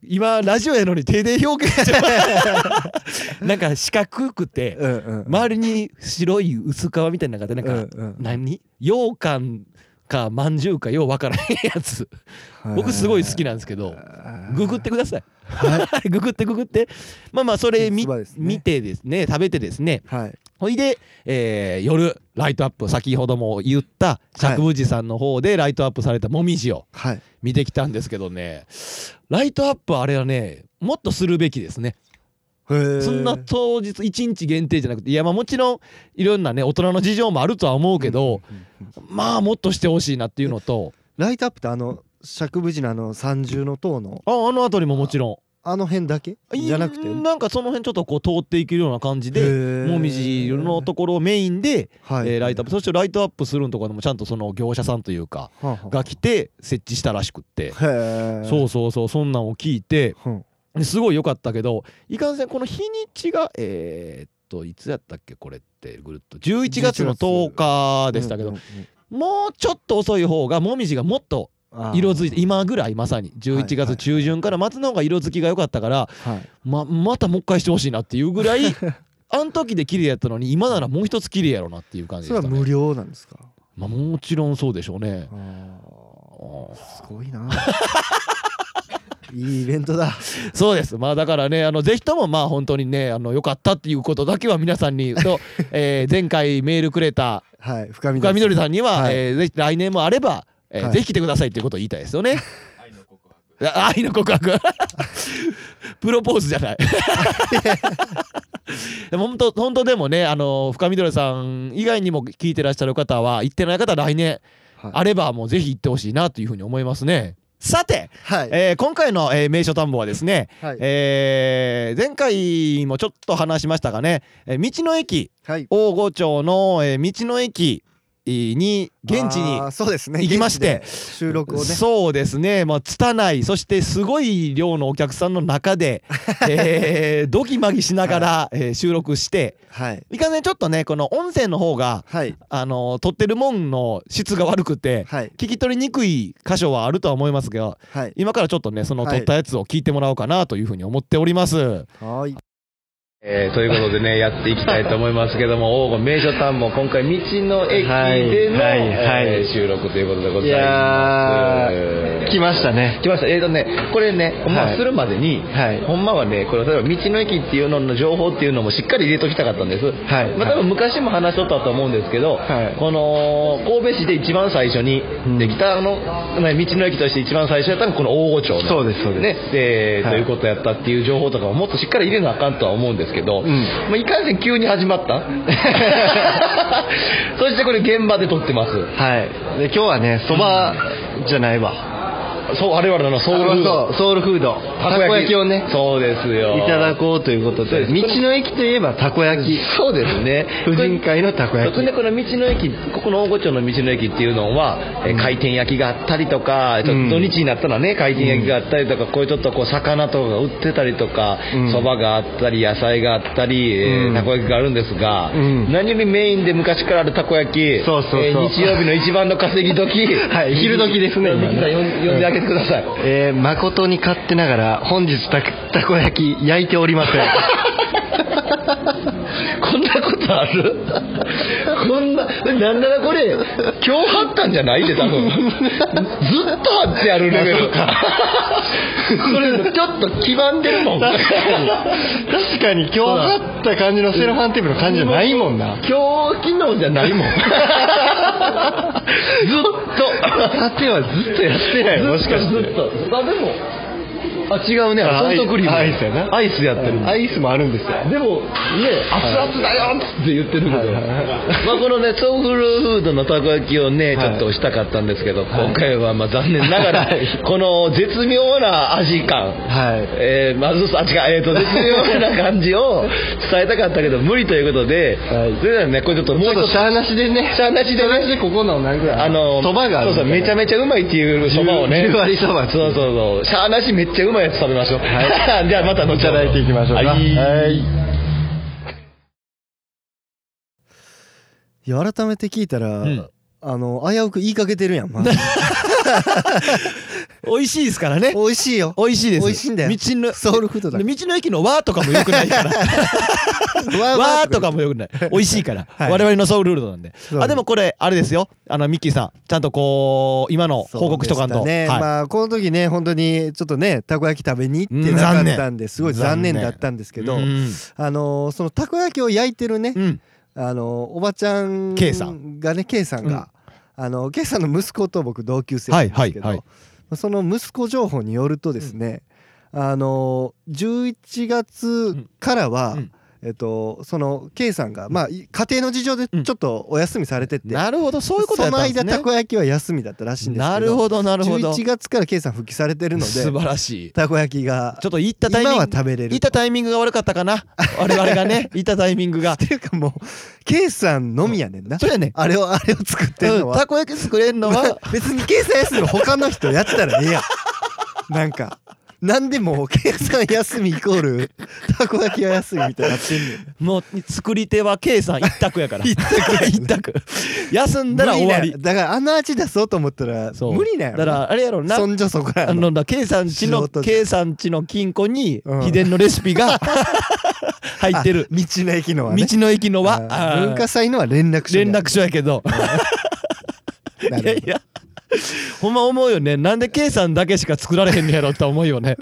Speaker 3: 今ラジオやのに手で表現して
Speaker 4: <laughs>
Speaker 3: なんか四角くて
Speaker 4: うんうん
Speaker 3: 周りに白い薄皮みたいなのがあってなんか、
Speaker 4: うんうん
Speaker 3: 何羊羹かまんじゅうかようわからへんやつ僕すごい好きなんですけどググってください、 <laughs> ググってググってまあまあそれ見,、
Speaker 4: 三つ葉ですね
Speaker 3: 見てですね食べてですね
Speaker 4: はい
Speaker 3: ほいで、えー夜ライトアップ先ほども言った釈迦寺さんの方でライトアップされたもみじを
Speaker 4: はい
Speaker 3: 見てきたんですけどねライトアップあれはねもっとするべきですねそ
Speaker 4: そ
Speaker 3: んな当日1日限定じゃなくていやまあもちろんいろんなね大人の事情もあるとは思うけど、まあもっとしてほしいなっていうのと
Speaker 4: ライトアップってあの釈迦寺のあの三重の塔の
Speaker 3: ああの辺りももちろ
Speaker 4: あの辺だけ
Speaker 3: ん
Speaker 4: じゃなくて
Speaker 3: なんかその辺ちょっとこう通っていけるような感じで
Speaker 4: で
Speaker 3: もみじのところをメインで、
Speaker 4: はい
Speaker 3: えーライトアップそしてライトアップするんとかでもちゃんとその業者さんというか
Speaker 4: はあはあ
Speaker 3: が来て設置したらしくって
Speaker 4: へえ
Speaker 3: そうそうそうそんなんを聞いて
Speaker 4: うん
Speaker 3: ですごい良かったけどいかんせんこの日にちがえーっといつやったっけこれってぐるっと11月の10日でしたけど
Speaker 4: うんうんうん
Speaker 3: もうちょっと遅い方がもみじがもっと
Speaker 4: あー
Speaker 3: 色づいて今ぐらいまさに11
Speaker 4: はいは
Speaker 3: 月
Speaker 4: い
Speaker 3: 中旬から松の方が色づきが良かったから
Speaker 4: はい
Speaker 3: ままたもう一回してほしいなっていうぐら <laughs> いあん時で綺麗やったのに今ならもう一つ綺麗やろなっていう感じ
Speaker 4: そ
Speaker 3: で
Speaker 4: れ
Speaker 3: し
Speaker 4: は
Speaker 3: た
Speaker 4: 無
Speaker 3: ね、
Speaker 4: 料なんですか
Speaker 3: まあ、もちろんそうでしょうね
Speaker 4: あ
Speaker 3: あ
Speaker 4: ー
Speaker 3: ー
Speaker 4: すごいな <laughs> いいイベントだ
Speaker 3: そうです。まあだからね、あのぜひともまあ本当にね、あの良かったっていうことだけは皆さんに <laughs> と、えー前回メールくれた
Speaker 4: はい深み
Speaker 3: 深みどりさんには、
Speaker 4: はい
Speaker 3: えーぜひ来年もあれば、えー
Speaker 4: はい
Speaker 3: ぜひ来てくださいっていうことを言いたいですよね。あ <laughs> 愛の告白。プロポーズじゃ
Speaker 4: <laughs>
Speaker 3: ない。でも本当本当でもね、あの深みどりさん以外にも聞いてらっしゃる方は、行ってない方は来年
Speaker 4: はい
Speaker 3: あればもうぜひ行ってほしいなというふうに思いますね。さて、
Speaker 4: はい
Speaker 3: えー今回の、えー名所探訪はですね、
Speaker 4: はい
Speaker 3: えー前回もちょっと話しましたがね、えー道の駅
Speaker 4: はい
Speaker 3: 大御町の、えー道の駅に現地に
Speaker 4: あーそうですね
Speaker 3: 行きまして
Speaker 4: 現地で収録をね
Speaker 3: そうですね、まあ、拙いそしてすごい量のお客さんの中で、
Speaker 4: <laughs>
Speaker 3: えードギマギしながら、えー収録して
Speaker 4: はい
Speaker 3: いかんせんちょっとねこの音声の方が、
Speaker 4: はい
Speaker 3: あの撮ってるもんの質が悪くて、
Speaker 4: はい
Speaker 3: 聞き取りにくい箇所はあるとは思いますが
Speaker 4: はい
Speaker 3: 今からちょっとねその
Speaker 4: はい
Speaker 3: 撮ったやつを聞いてもらおうかなというふうに思っております。
Speaker 4: はーい
Speaker 5: えーということでね、やっていきたいと思いますけど
Speaker 1: <laughs>
Speaker 5: も、黄金名所探訪、今回、道の駅での、
Speaker 1: はいはいはい
Speaker 5: えー収録ということでございます。
Speaker 1: いやー、来ましたね。
Speaker 5: 来ました。えーとね、これね、ほんま
Speaker 1: はい
Speaker 5: するまでに、
Speaker 1: はい
Speaker 5: ほんまはね、これ、例えば道の駅っていうのの情報っていうのもしっかり入れときたかったんです。
Speaker 1: はい
Speaker 5: まあ、多分昔も話しとったと思うんですけど、
Speaker 1: はい
Speaker 5: この、神戸市で一番最初に
Speaker 1: うん
Speaker 5: できた、あの、ね道の駅として一番最初やったのがこの大御町の
Speaker 1: そうですそうです
Speaker 5: ね、で、
Speaker 1: はい
Speaker 5: ということやったっていう情報とかももっとしっかり入れなあかんとは思うんですけど、
Speaker 1: うん
Speaker 5: まあ、いかんせん急に始まった。そしてこれ現場で撮ってます。
Speaker 1: はい。で、今日はね、そばじゃないわ。
Speaker 5: そう、我々のソウルフード。
Speaker 1: そうソウルフード。たこ焼きをね、
Speaker 5: そうですよ。
Speaker 1: いただこうということ
Speaker 5: そうで
Speaker 1: で、
Speaker 5: す
Speaker 1: 道の駅といえばたこ焼き。
Speaker 5: そうですね。
Speaker 1: 婦人会のたこ焼き
Speaker 5: それでこの道の駅、ここの大御町の道の駅っていうのは、えー回転焼きがあったりとか、ちょっと土日になったらね、回転焼きがあったりとか、こういうちょっとこう魚とかが売ってたりとか
Speaker 1: うん、
Speaker 5: そばがあったり、野菜があったり、えー
Speaker 1: うん
Speaker 5: たこ焼きがあるんですが
Speaker 1: うん、
Speaker 5: 何よりメインで昔からあるたこ焼き、えー
Speaker 1: そうそうそう
Speaker 5: 日曜日の一番の稼ぎ時、
Speaker 1: はい昼時ですね今
Speaker 5: 皆
Speaker 1: ね
Speaker 5: さん呼ん呼んであげてください。
Speaker 1: <laughs> えー、誠に勝手ながら、本日たたこ焼き焼いておりません。
Speaker 5: <laughs> こんなことある <laughs> こんな、なんならこれ、今日貼ったんじゃないで、多
Speaker 1: <laughs>
Speaker 5: 分。ずっと貼ってやるレベル。これ、ちょっと黄ばんでるもん。
Speaker 1: 確かに確かに今日あった感じのセロハンテープの感じじゃないもんな
Speaker 5: 今日、昨日じゃないもん。ずっと。
Speaker 1: 縦はずっとやってないもしかして <laughs>
Speaker 5: ずっと、ずっと。あ、でも、あ、違うね。
Speaker 1: あ
Speaker 5: ソフトクリーム。
Speaker 1: アイアイスやな
Speaker 5: アイスやってる
Speaker 1: アイスもあるんですよ
Speaker 5: でもね熱々だよって言ってるけど、まあこのねソウルフードのたこ焼きをねち
Speaker 1: はい
Speaker 5: ょっとしたかったんですけど、今回はまあ残念ながら、
Speaker 1: はい
Speaker 5: この絶妙な味感
Speaker 1: はい
Speaker 5: えー、まずさ、あ違う、えー、と、絶妙な感じを伝えたかったけど、無理ということで、
Speaker 1: はい
Speaker 5: それではね、これちょっとも
Speaker 1: ち
Speaker 5: う
Speaker 1: ょっと
Speaker 5: 一
Speaker 1: しゃーなしでね
Speaker 5: つ、しゃあなしでね、
Speaker 1: ここの何ぐらい
Speaker 5: あの
Speaker 1: そばがある
Speaker 5: そうそうめちゃめちゃうまいっていうそばをね
Speaker 1: 十十割そば
Speaker 5: そうそうそうしゃあなしめっちゃうまいやつ食べましょう、はい、じゃあまた後ほど
Speaker 1: いただいていきましょうか
Speaker 5: はい
Speaker 1: はい
Speaker 2: いや改めて聞いたら、
Speaker 3: うん
Speaker 2: あの危うく言いかけてるやん、まあ
Speaker 3: 美味しいですからね
Speaker 2: 美味しいよ
Speaker 3: 美味しいです
Speaker 2: 美味しいんだよ
Speaker 3: 道の
Speaker 2: ソウルフードだ
Speaker 3: 道の駅の和とかもよくないから
Speaker 2: わ
Speaker 3: わーとかもよくない美味しいから、
Speaker 2: はい
Speaker 3: 我々のソウルフードなんで
Speaker 2: う
Speaker 3: あでもこれあれですよあのミッキーさんちゃんとこう今の報告しとかん
Speaker 2: そ
Speaker 3: と、
Speaker 2: うでしたね
Speaker 3: はい
Speaker 2: まあこの時ね本当にちょっとねたこ焼き食べに行ってなかったんですごい残念だったんですけど、
Speaker 3: うん
Speaker 2: あのそのたこ焼きを焼いてるね、
Speaker 3: うん
Speaker 2: あのおばちゃん
Speaker 3: K さ
Speaker 2: がね K さんが、あの K さんの息子と僕同級生なんですけど、
Speaker 3: はいはい
Speaker 2: その息子情報によるとですね、あの11月からは、
Speaker 3: うんうん
Speaker 2: えっと、その K さんが、まあ、い家庭の事情でちょっとお休みされてて、
Speaker 3: なるほどそういうこと
Speaker 2: そ
Speaker 3: やっ
Speaker 2: の
Speaker 3: たんです
Speaker 2: 間
Speaker 3: ね
Speaker 2: たこ焼きは休みだったらしいんですけど
Speaker 3: なるほどなるほど
Speaker 2: 11月から K さん復帰されてるの
Speaker 3: 素
Speaker 2: で
Speaker 3: 晴らしい
Speaker 2: たこ焼きが
Speaker 3: ちょっと行ったタイミン
Speaker 2: 今
Speaker 3: グ
Speaker 2: は食べれる
Speaker 3: 行ったタイミングが悪かったかな我々が
Speaker 2: <laughs>
Speaker 3: ね行ったタイミングが
Speaker 2: っていうかもう K さんのみやねんな、
Speaker 3: そうやね
Speaker 2: あれをあれを作ってる
Speaker 3: う
Speaker 2: の
Speaker 3: ん
Speaker 2: は、
Speaker 3: たこ焼き作れんのは
Speaker 2: 別に K さん休みの他の人やったらええやんなんかなんでもう K さん休みイコールたこ焼きは休みみたいになってんねん
Speaker 3: もう作り手は K さん一択やか
Speaker 2: <laughs>
Speaker 3: ら一択休んだら終わり
Speaker 2: 無理なんやだからあの味出そうと思ったら
Speaker 3: そう
Speaker 2: 無理なんや
Speaker 3: だからあれやろな
Speaker 2: そんじょそこら
Speaker 3: あ
Speaker 2: や
Speaker 3: の
Speaker 2: ろ
Speaker 3: だ K さんちの
Speaker 2: 素人じゃ
Speaker 3: K さんちの金庫に
Speaker 2: うん
Speaker 3: 秘伝のレシ
Speaker 2: <laughs>
Speaker 3: ピが入ってる
Speaker 2: 道の駅の
Speaker 3: 道
Speaker 2: はね
Speaker 3: の駅のは
Speaker 2: あ
Speaker 3: あー
Speaker 2: 文化祭のは連絡書
Speaker 3: 連絡書やけど
Speaker 2: 書
Speaker 3: いやいやほんま思うよねなんで K さんだけしか作られへんのやろって思うよ
Speaker 2: <laughs>
Speaker 3: ね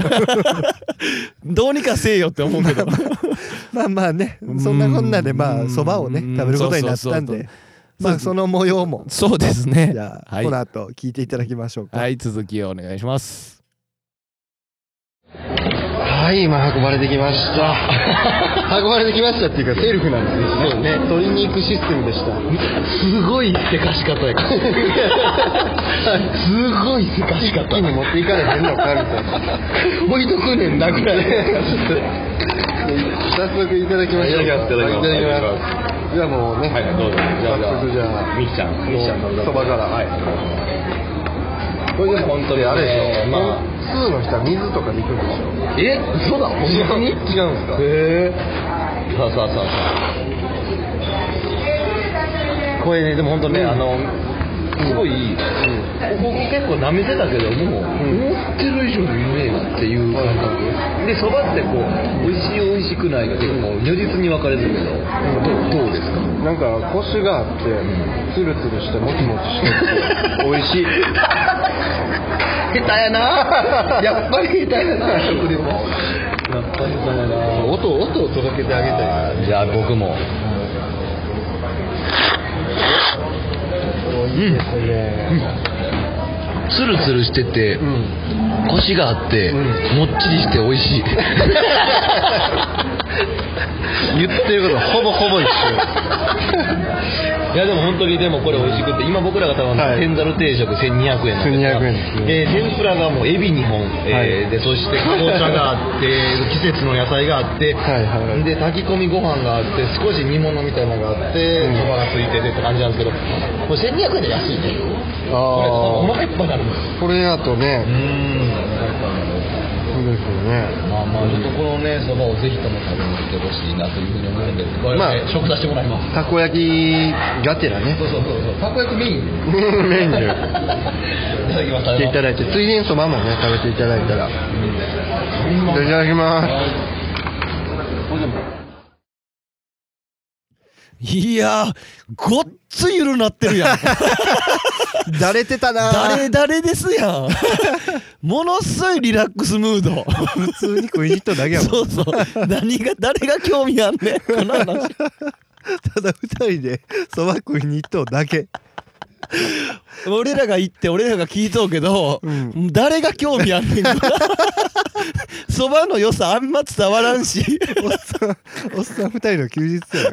Speaker 3: どうにかせえよって思うけど
Speaker 2: まあまあねそんなこんなでま
Speaker 3: う
Speaker 2: あ
Speaker 3: ん
Speaker 2: そばをね
Speaker 3: うん
Speaker 2: 食べることになったん
Speaker 3: そうそうそうそ
Speaker 2: でまあその模様
Speaker 3: <laughs>
Speaker 2: も
Speaker 3: そうですね
Speaker 2: じゃあ
Speaker 3: はい
Speaker 2: この後聞いていただきましょうか
Speaker 3: はい続きをお願いします
Speaker 1: はい今運ばれてきました運ばれてきましたっていうかセルフなんですねそうね鶏肉システムでしたすごいせかし方やすごいせかし方一気に持っていかれへんのかみたいな置いとくねんなくらい早速いただきましょう
Speaker 5: いた
Speaker 1: か
Speaker 5: だきます
Speaker 1: はいい
Speaker 5: い
Speaker 1: ただき
Speaker 5: た
Speaker 1: ますじゃあもうね、
Speaker 5: はいどうぞじゃあ
Speaker 1: 早速じゃあ
Speaker 5: みっちゃんみっちゃん食べた
Speaker 1: そばから
Speaker 5: はい
Speaker 1: これでも
Speaker 5: 本当に
Speaker 1: あれでしょ、
Speaker 5: ま
Speaker 1: ま
Speaker 5: あ
Speaker 1: あ、普通の人は水とかで行くんでしょ
Speaker 5: えそうだほんまに
Speaker 1: 違うんですか
Speaker 5: へえさあさあさあさあこれねでも本当ね、あのすごい、ここ結構舐めてたけども、思ってる以上にうめえなっていう感覚でそばってこう美味しい美味しくないが結構如実に分かれるけど、どうどうですか
Speaker 1: なんかコシがあって、ツルツルしてもちもちしてて美味しい
Speaker 5: 下手やなやっぱり下手やな食リポやっぱり下手やな音音を届けてあげたいじゃあ僕もうんツルツルしてて、コシがあって、もっちりして美味 <laughs> しい言ってることほぼほぼ一緒いやでも本当にでもこれ美味しくて今僕らが頼んだ
Speaker 1: はい
Speaker 5: 天ざる定食1200円なんですが
Speaker 1: 1200円ですね
Speaker 5: えー天ぷらがもうエビ2本、えーでそして紅茶があって季節の野菜があって、
Speaker 1: はいはいはい
Speaker 5: で炊き込みご飯があって少し煮物みたいなのがあって
Speaker 1: ん
Speaker 5: そば、がついててって感じなんですけどこれ1200円で安いねこれお
Speaker 1: あ
Speaker 5: 腹いっぱいになるんです
Speaker 1: あこれやと
Speaker 5: う
Speaker 1: ね
Speaker 5: ん
Speaker 1: そうですよね
Speaker 5: まあまあちょっとこのねそばをぜひとも食べに来てほしいなというふうに思うんです
Speaker 1: まあ
Speaker 5: 我々食させてもらいます
Speaker 1: たこ焼きがてらね
Speaker 5: そうそうそうそうたこ焼きメイン
Speaker 1: メイン
Speaker 5: い
Speaker 1: で
Speaker 5: ただきます
Speaker 1: 来ていただいてついでにそばもね食べていただいたらいただきます
Speaker 3: いやーごっつゆるなって
Speaker 5: <laughs>
Speaker 3: るやん
Speaker 2: だれてたな
Speaker 3: 誰誰ですやん <laughs> ものすごいリラックスムード
Speaker 2: 普通に食いじっただけやもん
Speaker 3: そうそう何が誰が興味あんねんこの話
Speaker 2: ただ二人でそば食いに行っただけ
Speaker 3: 俺らが行って俺らが聞いとうけど、誰が興味あんね <laughs> んそばの良さあんま伝わらんし
Speaker 2: おっさんおっさん二人の休日やろ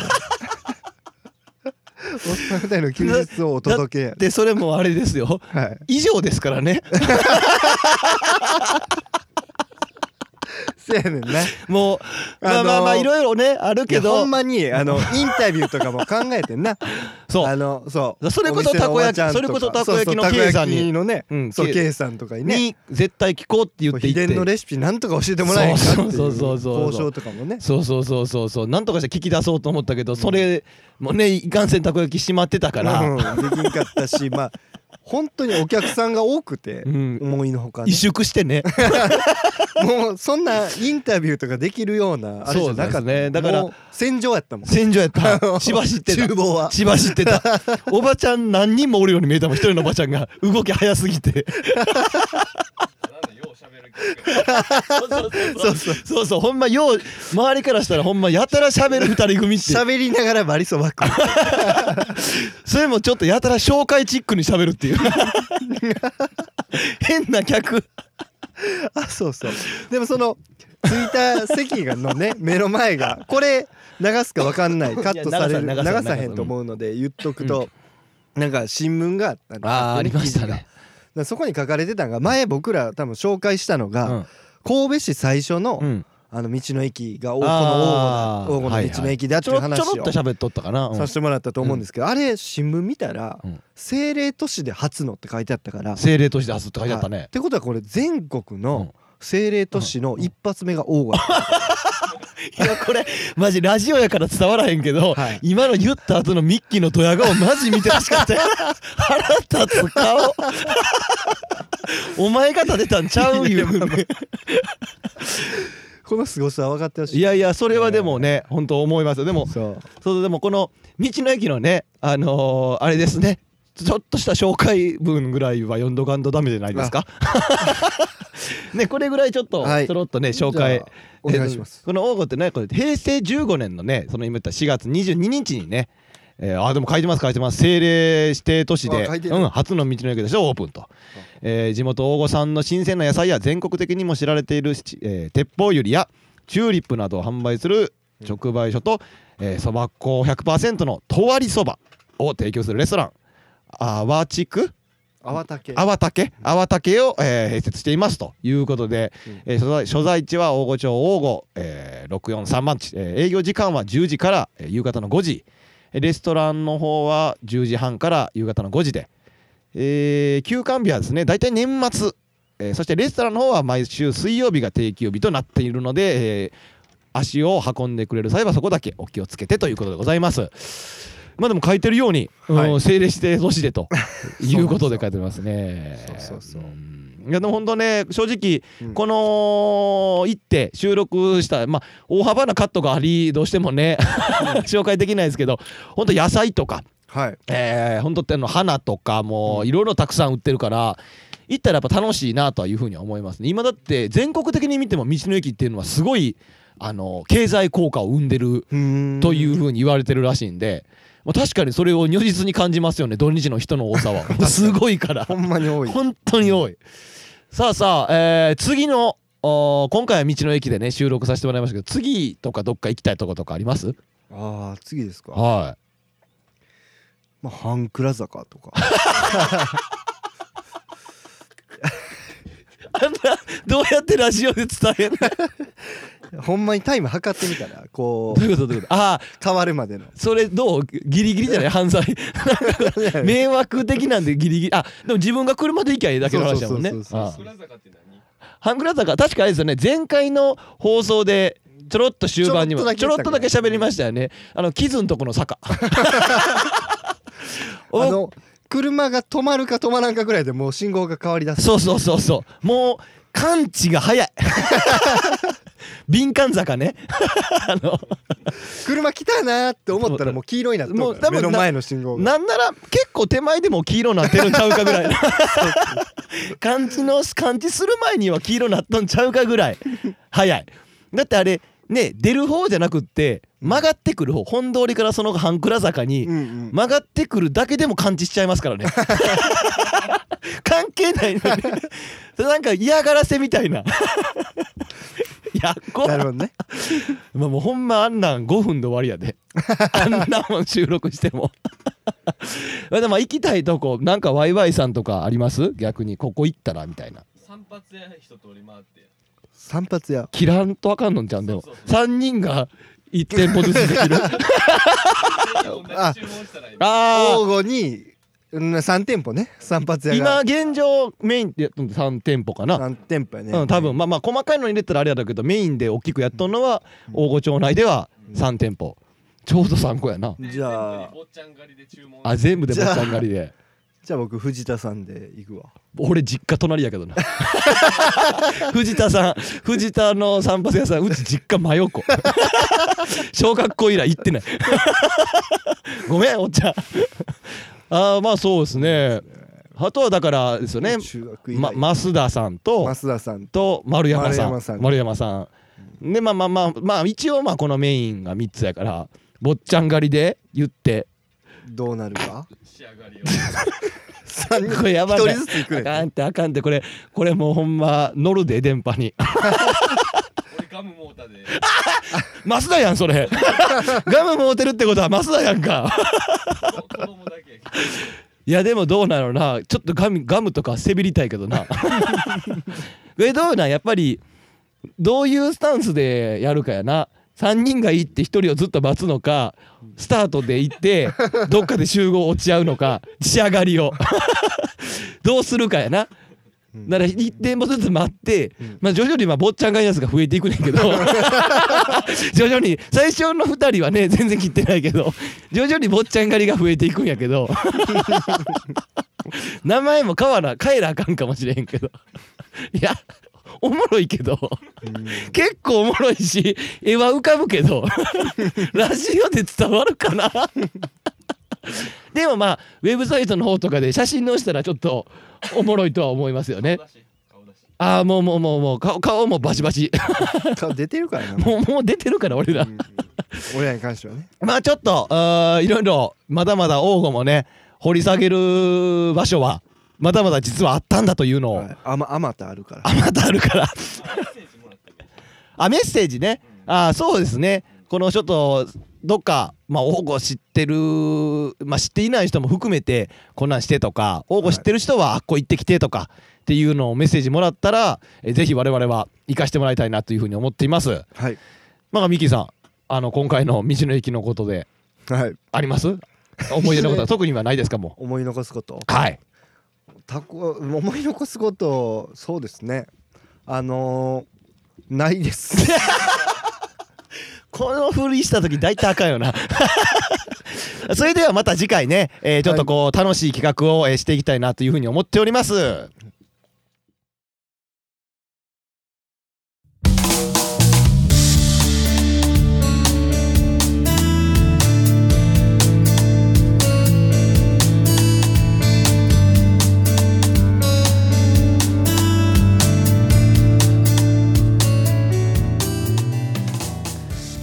Speaker 2: おっさん二人の休日をお届けや
Speaker 3: だってそれもあれです
Speaker 2: <laughs>
Speaker 3: よ
Speaker 2: はい
Speaker 3: 以上ですからね
Speaker 2: せやねんな
Speaker 3: もうまあ
Speaker 2: <laughs> あのー
Speaker 3: まあまあいろいろねある
Speaker 2: い
Speaker 3: け
Speaker 2: や
Speaker 3: ど
Speaker 2: ほんまにあのインタビューとかも <laughs> 考えてんな
Speaker 3: そう
Speaker 2: あのそう
Speaker 3: それこそ
Speaker 2: お店のおばちゃんとか
Speaker 3: たこ焼きそれこそたこ焼きの
Speaker 2: そうそう
Speaker 3: K さんに
Speaker 2: たこ焼きのね、
Speaker 3: うん
Speaker 2: そう
Speaker 3: K
Speaker 2: K さんとかにね
Speaker 3: に絶対聞こうって言って
Speaker 2: 秘
Speaker 3: 言っ
Speaker 2: 伝の
Speaker 3: て
Speaker 2: レシピなんとか教えてもらえんかっていう
Speaker 3: そうそうそうそうそう
Speaker 2: 交渉とかもね
Speaker 3: そうそうそうそうそうなんとかして聞き出そうと思ったけどそれもねいかんせんたこ焼きしまってたから、
Speaker 2: うん、できんかったしまあ本当にお客さんが多くて、
Speaker 3: うん
Speaker 2: 思いのほかね
Speaker 3: 萎縮してね
Speaker 2: <laughs> もうそんなインタビューとかできるようなあれじゃなか
Speaker 3: そ
Speaker 2: った
Speaker 3: うですねだから
Speaker 2: もう戦場やったもん
Speaker 3: <laughs> 戦場やった千葉知ってた
Speaker 2: 厨房は
Speaker 3: 千葉知って
Speaker 2: <laughs>
Speaker 3: たおばちゃん何人もおるように見えたもん一人のおばちゃんが動き早すぎてそうそうそうそうほんまよう周りからしたらほんまやたら喋る二人組って
Speaker 2: 喋りながらバリそば食
Speaker 3: <laughs>
Speaker 2: う
Speaker 3: それもちょっとやたら紹介チックに喋るっ
Speaker 2: <laughs>
Speaker 3: ていう変な客
Speaker 2: あそうそうでもその着いた席がの
Speaker 3: <laughs>
Speaker 2: ね目の前がこれ流すか分かんないカットされる
Speaker 3: いや
Speaker 2: 流
Speaker 3: 流さん流さん
Speaker 2: さへんと思うので言っとくと、なんか新聞があったんですよ
Speaker 3: あーありまし
Speaker 2: 記
Speaker 3: たね
Speaker 2: 事がだからそこに書かれてたのが前僕ら多分紹介したのが、
Speaker 3: うん
Speaker 2: 神戸市最初の、
Speaker 3: うん
Speaker 2: あの道の駅がおこ
Speaker 3: あー
Speaker 2: の黄金の道の駅だっていう
Speaker 3: はいはい
Speaker 2: 話
Speaker 3: ちょろちょ
Speaker 2: を
Speaker 3: ろっと喋っとったかな、うん
Speaker 2: させてもらったと思うんですけど、あれ新聞見たら、
Speaker 3: うん
Speaker 2: 政令都市で初のって書いてあったから
Speaker 3: 精霊として明日って書いてあった
Speaker 2: はいっ
Speaker 3: ね、
Speaker 2: てことはこれ全国
Speaker 3: う
Speaker 2: の
Speaker 3: ん
Speaker 2: 政令都市の一発目が黄金、
Speaker 3: い、やこれマジラジオやから伝わらへんけど、
Speaker 2: はい
Speaker 3: 今の言った後のミッキーのドヤ顔マジ見てほしかったよ腹立つ顔お前が立てたんちゃう言うね
Speaker 2: <laughs> この凄さは分かってほしい
Speaker 3: いやいやそれはでもね本当思いますよでも
Speaker 2: そう
Speaker 3: そうでもこの道の駅のねあのーあれですねちょっとした紹介文ぐらいは読んどかんとダメじゃないですか <laughs> ねこれぐらいちょっと
Speaker 2: はい
Speaker 3: ちょろっとね紹介
Speaker 2: じゃあお願いします
Speaker 3: えーこの王吾ってねこれ平成15年のねその今言った4月22日にねえーあでも書いてます書いてます政令指定都市で、
Speaker 2: あ書いてる
Speaker 3: うん、初の道の駅としてオープンと、えー地元大御産の新鮮な野菜や全国的にも知られている、えー鉄砲ゆりやチューリップなどを販売する直売所とえーそば、粉100%のとわりそばを提供するレストランあわちく
Speaker 2: 泡竹
Speaker 3: あわたけあわたけを、えー併設していますということで、
Speaker 2: うん
Speaker 3: えー所在所在地は大御町大御、えー、643番地、えー営業時間は10時から、えー夕方の5時えーレストランの方は10時半から夕方の5時で、えー休館日はですね大体年末、えーそしてレストランの方は毎週水曜日が定休日となっているので、えー足を運んでくれる際はそこだけお気をつけてということでございます。まあでも書いてるように、
Speaker 2: はい
Speaker 3: うん、整理してほしいでと
Speaker 2: <laughs>
Speaker 3: いうことで書いてますね。
Speaker 2: そうそうそうん
Speaker 3: いやでも本当ね正直、
Speaker 2: うん
Speaker 3: この行って収録した、まあ、大幅なカットがありどうしてもね <laughs> 紹介できないですけど本当野菜とか、
Speaker 2: はい
Speaker 3: えー、本当ってあの花とかもいろいろたくさん売ってるから行ったらやっぱ楽しいなというふうには思いますね今だって全国的に見ても道の駅っていうのはすごいあの経済効果を生んでるというふうに言われてるらしいんで、まあ、確かにそれを如実に感じますよね土日の人の多さ <laughs> はすごいから
Speaker 2: ほんまに多い
Speaker 3: 本当に多いさあさあ、えー次のおー今回は道の駅でね収録させてもらいましたけど次とかどっか行きたいとことかあります
Speaker 2: ああ次ですか
Speaker 3: は
Speaker 2: まあ半倉坂とか <laughs>
Speaker 3: いあんな <laughs> どうやってラジオで伝えるの
Speaker 2: ほんまにタイム測ってみたらこ
Speaker 3: どういうことどういうことああ
Speaker 2: う変わるまでの
Speaker 3: それどうギリギリじゃない犯罪なんか迷惑的なんでギリギリあでも自分が車で行きゃいいだけの話だもんね
Speaker 2: そうそうそうそう
Speaker 3: ああハングラ坂確かあれですよね前回の放送でちょろっと終盤にもち
Speaker 2: ち
Speaker 3: ょ
Speaker 2: ょろ
Speaker 3: ろっ
Speaker 2: っ
Speaker 3: と
Speaker 2: と
Speaker 3: だ
Speaker 2: だ
Speaker 3: け
Speaker 2: け
Speaker 3: 喋りましたよねあのキズんとこの坂お
Speaker 2: あの車が止まるか止まらんかぐらいでもう信号が変わりだす
Speaker 3: そうそうそうそうもう感知が早い敏感坂ねあの
Speaker 2: 車来たなーって思ったらもう黄色になってるか
Speaker 3: もう
Speaker 2: ら
Speaker 3: 多分
Speaker 2: 目の
Speaker 3: な
Speaker 2: 前の信号が
Speaker 3: なんなら結構手前でも黄色なってるんちゃうかぐ
Speaker 2: <laughs>
Speaker 3: らい感じの感じする前には黄色なっとんちゃうかぐらい早いだってあれね出る方じゃなくって曲がってくる方本通りからその半倉坂に
Speaker 2: うんうん
Speaker 3: 曲がってくるだけでも感知しちゃいますからね <laughs> 関係ないのにそれなんか嫌がらせみた
Speaker 2: <laughs>
Speaker 3: いなやっこ
Speaker 2: なるほどね
Speaker 3: まあもうほんまあんなん5分で終わりや <laughs> であんなもん収録してもまあでも行きたいとこなんかワイワイさんとかあります逆にここ行ったらみたいな
Speaker 6: 散髪屋一通り回って
Speaker 2: 散髪屋
Speaker 3: 切らんとあかんのんちゃうんでも3人が1店舗ずつでき <laughs> る
Speaker 6: 同じ注文したら今
Speaker 3: ああ
Speaker 2: 黄金にうん3店舗ね散髪屋
Speaker 3: 今
Speaker 2: が
Speaker 3: 現状メインってやっとんで3店舗かな
Speaker 2: 3店舗やね
Speaker 3: うん、多分まあまあ細かいのに入れたらあれやだけどメインで大きくやっとんのは大御町内では3店舗ちょうど3個やな
Speaker 2: じゃあ
Speaker 6: 坊ちゃん狩りで注文
Speaker 3: あ全部で坊ちゃん狩りで
Speaker 2: じゃあ僕藤田さんで行くわ
Speaker 3: 俺実家隣やけどな藤田さん藤田の散髪屋さんうち実家真横小学校以来行ってないごめんおっちゃんあーまあそうですねあとはだからですよね、
Speaker 2: 中学以
Speaker 3: ま、
Speaker 2: 来、
Speaker 3: 増田さんと
Speaker 2: 増田さん
Speaker 3: と丸山さん
Speaker 2: 丸
Speaker 3: 丸
Speaker 2: 山
Speaker 3: 山さ
Speaker 2: さ
Speaker 3: ん
Speaker 2: ん
Speaker 3: でまあまあまあまあ一応まあこのメインが3つやから坊ちゃん狩りで言って
Speaker 2: どうなるか
Speaker 6: 仕上がりを
Speaker 2: 3
Speaker 3: <laughs> これやばい
Speaker 2: 一人ずつ行くね
Speaker 3: あかんってあかんってこれこれもうほんま乗るで電波に
Speaker 6: 俺ガムモーターで
Speaker 3: 増田やんそれガム持てるってことは増田やんか
Speaker 6: こ子供だけ
Speaker 3: いやでもどうなのなちょっとガムガムとか背びりたいけ
Speaker 2: <laughs>
Speaker 3: どなえどうなんやっぱりどういうスタンスでやるかやな3人がいいって1人をずっと待つのかスタートで行ってどっかで集合落ち合うのか仕上がりをどうするかやな。なら一点もずつ待って、まあ、徐々にまあ坊ちゃんがいやつが増えていくねんけど徐々に最初の2人はね全然切ってないけど徐々に坊ちゃん狩りが増えていくんやけど名前も変わら変えなあかんかもしれへんけどいやおもろいけど結構おもろいし絵は浮かぶけどラジオで伝わるかなでもまあウェブサイトの方とかで写真載せたらちょっとおもろいとは思いますよね
Speaker 6: 顔出し顔出し
Speaker 3: ああもうもうもうもう顔顔もバシバシ <laughs>
Speaker 2: 顔出てるからな
Speaker 3: もうもう出てるから俺ら、
Speaker 2: 俺らに関してはね
Speaker 3: まあちょっとあーいろいろまだまだ王吾もね掘り下げる場所はまだまだ実はあったんだというのを、
Speaker 2: はいあまあまたあるから
Speaker 3: あまたあるから
Speaker 6: メッセージもらってる
Speaker 3: あメッセージね、あそうですねこのちょっとどっか、まあ、王吾知ってる、まあ、知っていない人も含めてこんなんしてとか王吾知ってる人はあっこ行ってきてとかっていうのをメッセージもらったらえぜひ我々は行かしてもらいたいなというふうに思っています。
Speaker 2: はい
Speaker 3: まあ、ミッキーさんあの今回の道の駅のことで
Speaker 2: はい
Speaker 3: あります思い出のことは特にはないですかも
Speaker 2: 思い残すこと
Speaker 3: うはい
Speaker 2: たこ思い残すことそうですねあのー、ないです
Speaker 3: <laughs> <laughs> このふりした時大体あかんよなそれではまた次回ね、えーちょっとこう楽しい企画を、えーしていきたいなというふうに思っております。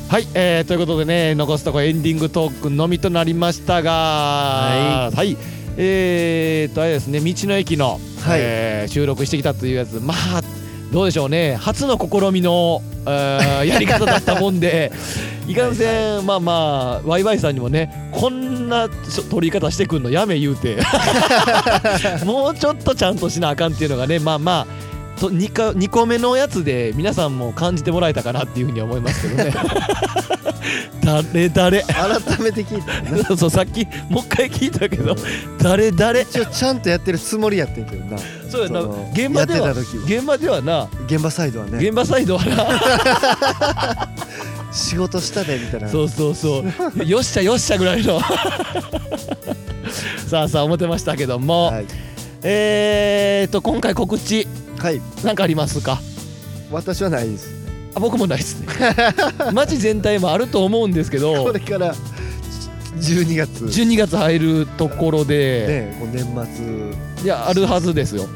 Speaker 3: はい、えーということでね残すとこエンディングトークのみとなりましたがはい、えー、とあれですね道の駅の、
Speaker 2: はい
Speaker 3: えー収録してきたというやつまあどうでしょうね初の試みの、えーやり方だったもんでいかんせん、まあまあワイワイさんにもねこんなしょ取り方してくんのやめ言うてもうちょっとちゃんとしなあかんっていうのがねまあまあと 2, か2個目のやつで皆さんも感じてもらえたかなっていうふうに思いますけどね。誰誰
Speaker 2: 改めて聞いたよな
Speaker 3: <laughs> そうそうさっきもう一回聞いたけど誰誰
Speaker 2: 一応ちゃんとやってるつもりやってんけどな
Speaker 3: そうやな
Speaker 2: その
Speaker 3: 現場で
Speaker 2: や
Speaker 3: は
Speaker 2: ってた時は
Speaker 3: 現場ではな
Speaker 2: 現場サイドはね
Speaker 3: 現場サイドはな
Speaker 2: 仕事したでみたいな
Speaker 3: そうそうそうよっしゃよっしゃぐらいの <laughs> さあさあ思ってましたけども、
Speaker 2: はい、
Speaker 3: えー、と今回告知
Speaker 2: はい、
Speaker 3: なんかありますか
Speaker 2: 私はないです
Speaker 3: あ僕もないで
Speaker 2: <laughs>
Speaker 3: すね街全体もあると思うんですけ
Speaker 2: こ
Speaker 3: ど
Speaker 2: れから12月ね
Speaker 3: 12月入るところで、
Speaker 2: こう年末
Speaker 3: いやあるはずですよ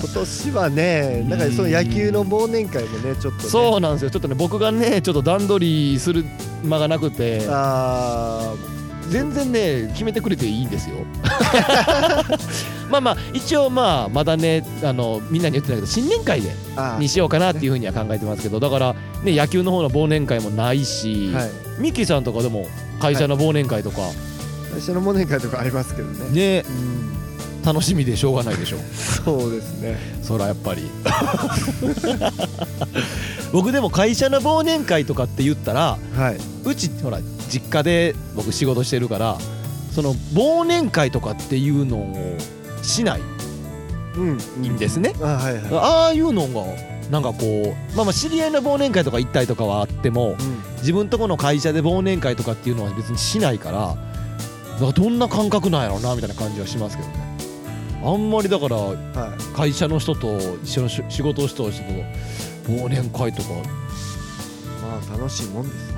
Speaker 2: 今年はねなんかその野球の忘年会もねちょっと、ね、
Speaker 3: そうなんですよちょっとね僕がねちょっと段取りする間がなくて
Speaker 2: あ
Speaker 3: 全然ね決めてくれていいんですよまあまあ一応まあまだねあのみんなに言ってないけど新年会で
Speaker 2: ーあー
Speaker 3: にしようかなっていうふうには考えてますけどだからね野球の方の忘年会もないし、
Speaker 2: はい
Speaker 3: ミッキーさんとかでも会社の忘年会とか、
Speaker 2: 最初の忘年会とかありますけどね
Speaker 3: ね
Speaker 2: うん
Speaker 3: 楽しみでしょうがないでしょう
Speaker 2: そうですね
Speaker 3: そらやっぱり僕でも会社の忘年会とかって言ったら
Speaker 2: はいう
Speaker 3: ちほら実家で僕仕事してるからその忘年会とかっていうのをしない
Speaker 2: うん
Speaker 3: んですね、
Speaker 2: あはいはい、
Speaker 3: ああいうのがなんかこうまあまあ知り合いの忘年会とか行ったりとかはあっても
Speaker 2: うん、
Speaker 3: 自分とこの会社で忘年会とかっていうのは別にしないからだからどんな感覚なんやろうなみたいな感じはしますけどねあんまりだから
Speaker 2: はい
Speaker 3: 会社の人と一緒のし仕事をした人と忘年会とか
Speaker 2: まあ楽しいもんです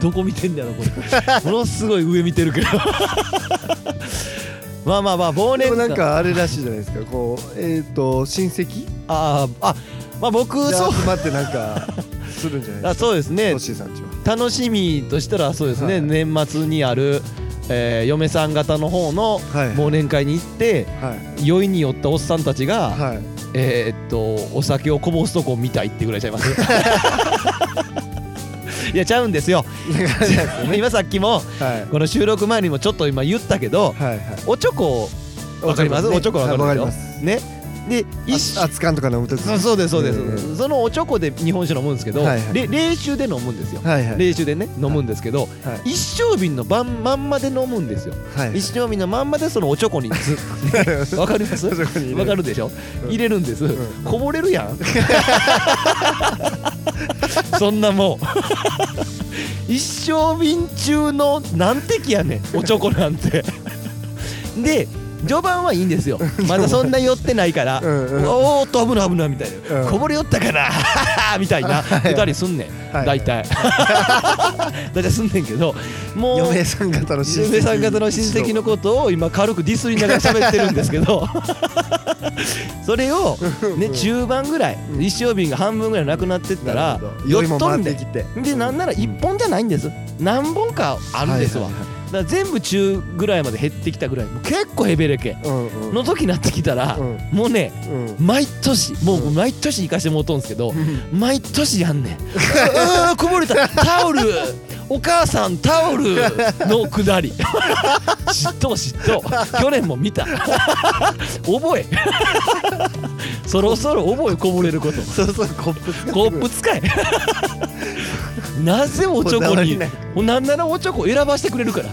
Speaker 3: どこ見てんだよこ
Speaker 2: <laughs>
Speaker 3: れものすごい上見てるけどまあまあまあ忘
Speaker 2: で
Speaker 3: 年
Speaker 2: もな
Speaker 3: 会
Speaker 2: んかあれらしいじゃないですかこうえっ、と親戚で
Speaker 3: あああまあ僕そう
Speaker 2: 集まってなんかするんじゃない
Speaker 3: あ
Speaker 2: ですか
Speaker 3: そうですね
Speaker 2: トッシーさんちは
Speaker 3: 楽しみとしたらそうですね、
Speaker 2: はい
Speaker 3: 年末にある、えー嫁さん方の方の
Speaker 2: はい
Speaker 3: 忘年会に行って
Speaker 2: はい
Speaker 3: 酔いに酔ったおっさんたちが、
Speaker 2: はい
Speaker 3: えーっとお酒をこぼすとこ見たいってぐらいちゃいます
Speaker 2: <laughs>
Speaker 3: いやちゃうんですよ今さっきも
Speaker 2: はい
Speaker 3: この収録前にもちょっと今言ったけど
Speaker 2: はいはい
Speaker 3: おちょこわかりますおちょこわかる
Speaker 2: わかり
Speaker 3: でしょ
Speaker 2: ます
Speaker 3: ねで一
Speaker 2: あ
Speaker 3: 緒
Speaker 2: 熱燗とか飲むとき
Speaker 3: そうそうですそうです、
Speaker 2: うん
Speaker 3: そのおちょこで日本酒飲むんですけど、
Speaker 2: はいはい
Speaker 3: れ冷酒で飲むんですよ、
Speaker 2: はいはい
Speaker 3: 冷酒でね飲むんですけど、
Speaker 2: はい
Speaker 3: 一升瓶のばんまんまで飲むんですよ、
Speaker 2: はいはい
Speaker 3: 一升瓶のまんまでそのおちょこに
Speaker 2: <laughs>
Speaker 3: ずわかります
Speaker 2: そこに入れる
Speaker 3: わかるでしょ、
Speaker 2: うん
Speaker 3: 入れるんです、
Speaker 2: う
Speaker 3: こぼれるや
Speaker 2: <laughs>
Speaker 3: んそんなもう一升瓶中の難敵やねんおちょこなんてで序盤はいいんですよまだそんな酔ってないから
Speaker 2: うんうん
Speaker 3: おーっと危ない危ないみたいな、
Speaker 2: うん
Speaker 3: こぼれよったかな
Speaker 2: <laughs>
Speaker 3: みたいな2人すんねん、
Speaker 2: はい
Speaker 3: 大
Speaker 2: <laughs>
Speaker 3: 体大体すんねんけどもう
Speaker 2: 嫁さん方の親戚
Speaker 3: 嫁さん方の親戚のことを今軽くディスりながら喋ってるんですけ
Speaker 2: <laughs>
Speaker 3: どそれをね中盤ぐらい
Speaker 2: うん
Speaker 3: 一升瓶が半分ぐらいなくなってったら
Speaker 2: 酔い
Speaker 3: っ
Speaker 2: も
Speaker 3: と
Speaker 2: 回
Speaker 3: ん
Speaker 2: って
Speaker 3: で
Speaker 2: きて
Speaker 3: でなんなら1本じゃないんです何本かあるんですわ
Speaker 2: はい
Speaker 3: だ
Speaker 2: は
Speaker 3: か
Speaker 2: いはい
Speaker 3: ら全部中ぐらいまで減ってきたぐらいもう結構ヘベレケ
Speaker 2: うんうん
Speaker 3: の時になってきたら
Speaker 2: うん
Speaker 3: もうね
Speaker 2: うん
Speaker 3: 毎年もう
Speaker 2: うん
Speaker 3: 毎年行かしてもうとんすけど、
Speaker 2: ん
Speaker 3: 毎年やんねんうーこぼれたタオルお母さんタオルのくだり嫉妬嫉妬去年も見た覚えそろそろ覚えこぼれること
Speaker 2: そうそうコップ使って
Speaker 3: コップ使えなぜおち
Speaker 2: こ
Speaker 3: ょこ
Speaker 2: だわり
Speaker 3: に
Speaker 2: ない
Speaker 3: もうなんならおちょこ選ばしてくれるから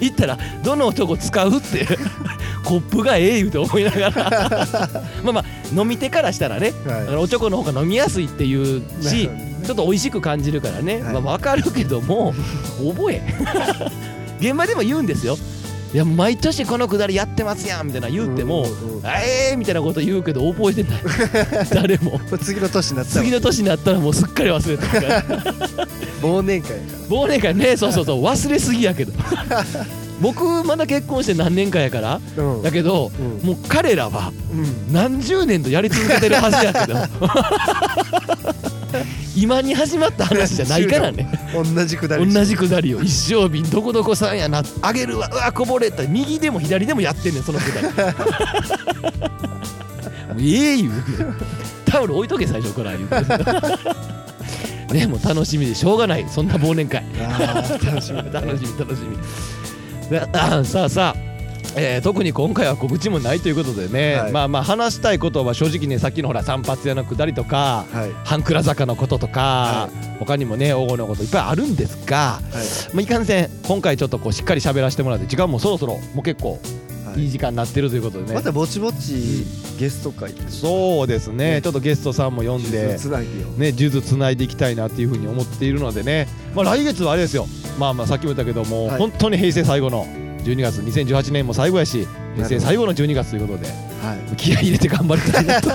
Speaker 3: 行ったらどのおちょこ使うってコップがええ言うて思いな
Speaker 2: <laughs>
Speaker 3: がらまあまあ飲み手からしたらねだからおちょこの方が飲みやすいっていうしちょっと美味しく感じるからね、
Speaker 2: はい
Speaker 3: まあ、わかるけど
Speaker 2: <laughs>
Speaker 3: も覚え現場でも言うんですよいや毎年このくだりやってますやんみたいな言っても
Speaker 2: うんうんう
Speaker 3: 「
Speaker 2: ん
Speaker 3: あえー!」みたいなこと言うけど覚
Speaker 2: <laughs>
Speaker 3: えてない誰も
Speaker 2: これ次の年になったら
Speaker 3: 次の年になったらもうすっかり忘れてる
Speaker 2: <laughs>
Speaker 3: から
Speaker 2: 忘年会やか
Speaker 3: 忘年会ねそうそうそう忘れすぎや
Speaker 2: <laughs>
Speaker 3: けど僕まだ結婚して何年かやから
Speaker 2: らうん
Speaker 3: だけど、
Speaker 2: うん
Speaker 3: もう彼らは
Speaker 2: うん
Speaker 3: 何十年とやり続けてるはずやけど今に始まった話じゃないからね
Speaker 2: 同じくだり
Speaker 3: 同じくだりを一生瓶どこどこさんやなあげるわうわこぼれた右でも左でもやってんねんそのくだりもうええ言うタオル置いとけ最初から言うてねもう楽しみでしょうがないそんな忘年会
Speaker 2: あ
Speaker 3: 楽しみ楽しみ楽しみであさあさあ、えー特に今回は告知もないということでね、
Speaker 2: はい
Speaker 3: まあまあ話したいことは正直ねさっきのほら散髪屋の下りとか
Speaker 2: ーはい
Speaker 3: 半倉坂のこととか、
Speaker 2: は
Speaker 3: 他にもね黄金のこといっぱいあるんですが、
Speaker 2: はい
Speaker 3: まあ、いかんせん今回ちょっとこうしっかり喋らせてもらって時間もそろそろもう結構
Speaker 2: はい
Speaker 3: いい時間になってるということでね、
Speaker 2: またぼちぼちゲスト会う
Speaker 3: そうですね
Speaker 2: ね
Speaker 3: ちょっとゲストさんも呼んで
Speaker 2: つなぎを
Speaker 3: ね、数珠つないでいきたいなっていうふうに思っているのでね、まあ、来月はあれですよ、まあ、まあさっきも言ったけども、
Speaker 2: はい
Speaker 3: 本当に平成最後の12月、2018年も最後やし、平成最後の12月ということで、
Speaker 2: はい
Speaker 3: 気合い入れて頑張りた
Speaker 2: <laughs>
Speaker 3: いなと。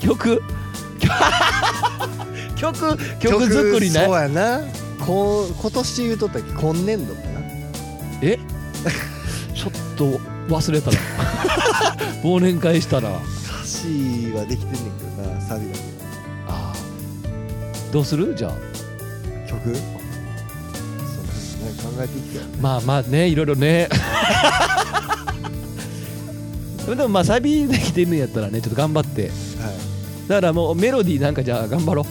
Speaker 3: 曲曲曲作り
Speaker 2: そう
Speaker 3: ね
Speaker 2: やなこう今年言うとったっけ今年度かな
Speaker 3: えちょっと忘れた
Speaker 2: <laughs>
Speaker 3: な忘年会したら
Speaker 2: 歌詞はできてんねんけどなサビだけ
Speaker 3: あーどうするじゃあ
Speaker 2: 曲そうなんか考えていきたよ
Speaker 3: まあまあねいろいろね <laughs> でもまあサビできてるんやったらねちょっと頑張って
Speaker 2: はい
Speaker 3: だからもうメロディーなんかじゃあ頑張ろう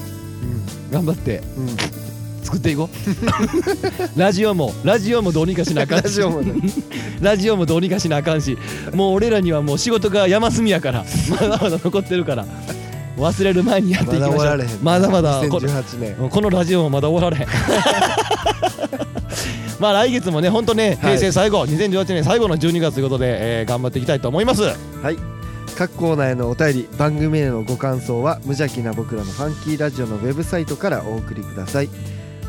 Speaker 3: 頑張って
Speaker 2: うん、うん、
Speaker 3: 作っていこう <laughs> ラジオもラジオもどうにかしなあかん
Speaker 2: ラ
Speaker 3: し
Speaker 2: ジオも <laughs> ね
Speaker 3: <laughs> ラジオもどうにかしなあかんしもう俺らにはもう仕事が山積みやから <laughs> まだまだ残ってるから忘れる前にやっていき
Speaker 2: まだ
Speaker 3: ましょう
Speaker 2: 終わられへん
Speaker 3: まだまだこの
Speaker 2: 2018年
Speaker 3: このラジオもまだ終わられ
Speaker 2: <laughs>
Speaker 3: へんまあ来月もね本当ね
Speaker 2: はい
Speaker 3: 平成最後、2018年最後の12月ということで、えー頑張っていきたいと思います
Speaker 2: はい各コーナーへのお便り番組へのご感想は無邪気な僕らのファンキーラジオのウェブサイトからお送りください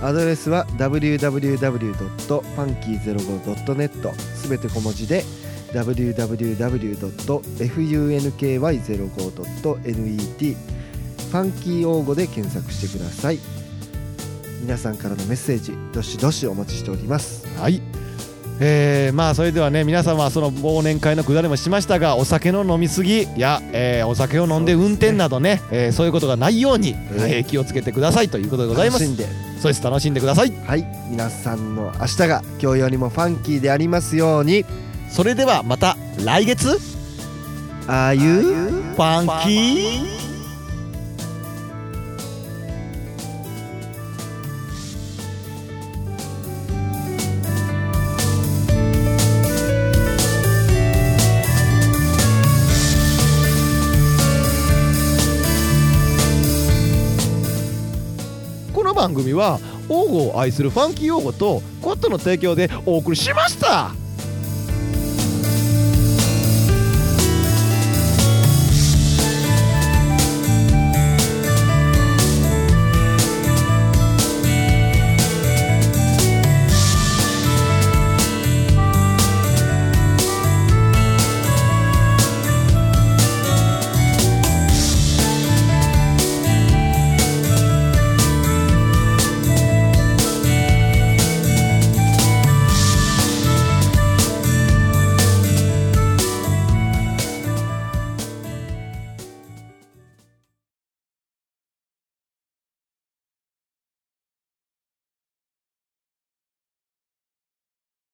Speaker 2: アドレスは www.funky05.net すべて小文字で www.funky05.net ファンキー応募で検索してください皆さんからのメッセージどしどしお待ちしております
Speaker 3: はいえーまあそれではね皆様その忘年会のくだりもしましたがお酒の飲みすぎや、えーお酒を飲んで運転などねそう,、えーそういうことがないように、
Speaker 2: はい
Speaker 3: えー気をつけてくださいということでございます
Speaker 2: 楽しんで
Speaker 3: そうです楽しんでください
Speaker 2: はい皆さんの明日が今日よりもファンキーでありますように
Speaker 3: それではまた来月フ
Speaker 2: ああいう
Speaker 3: ァンキーこの番組は王語を愛するファンキー王語とコットの提供でお送りしました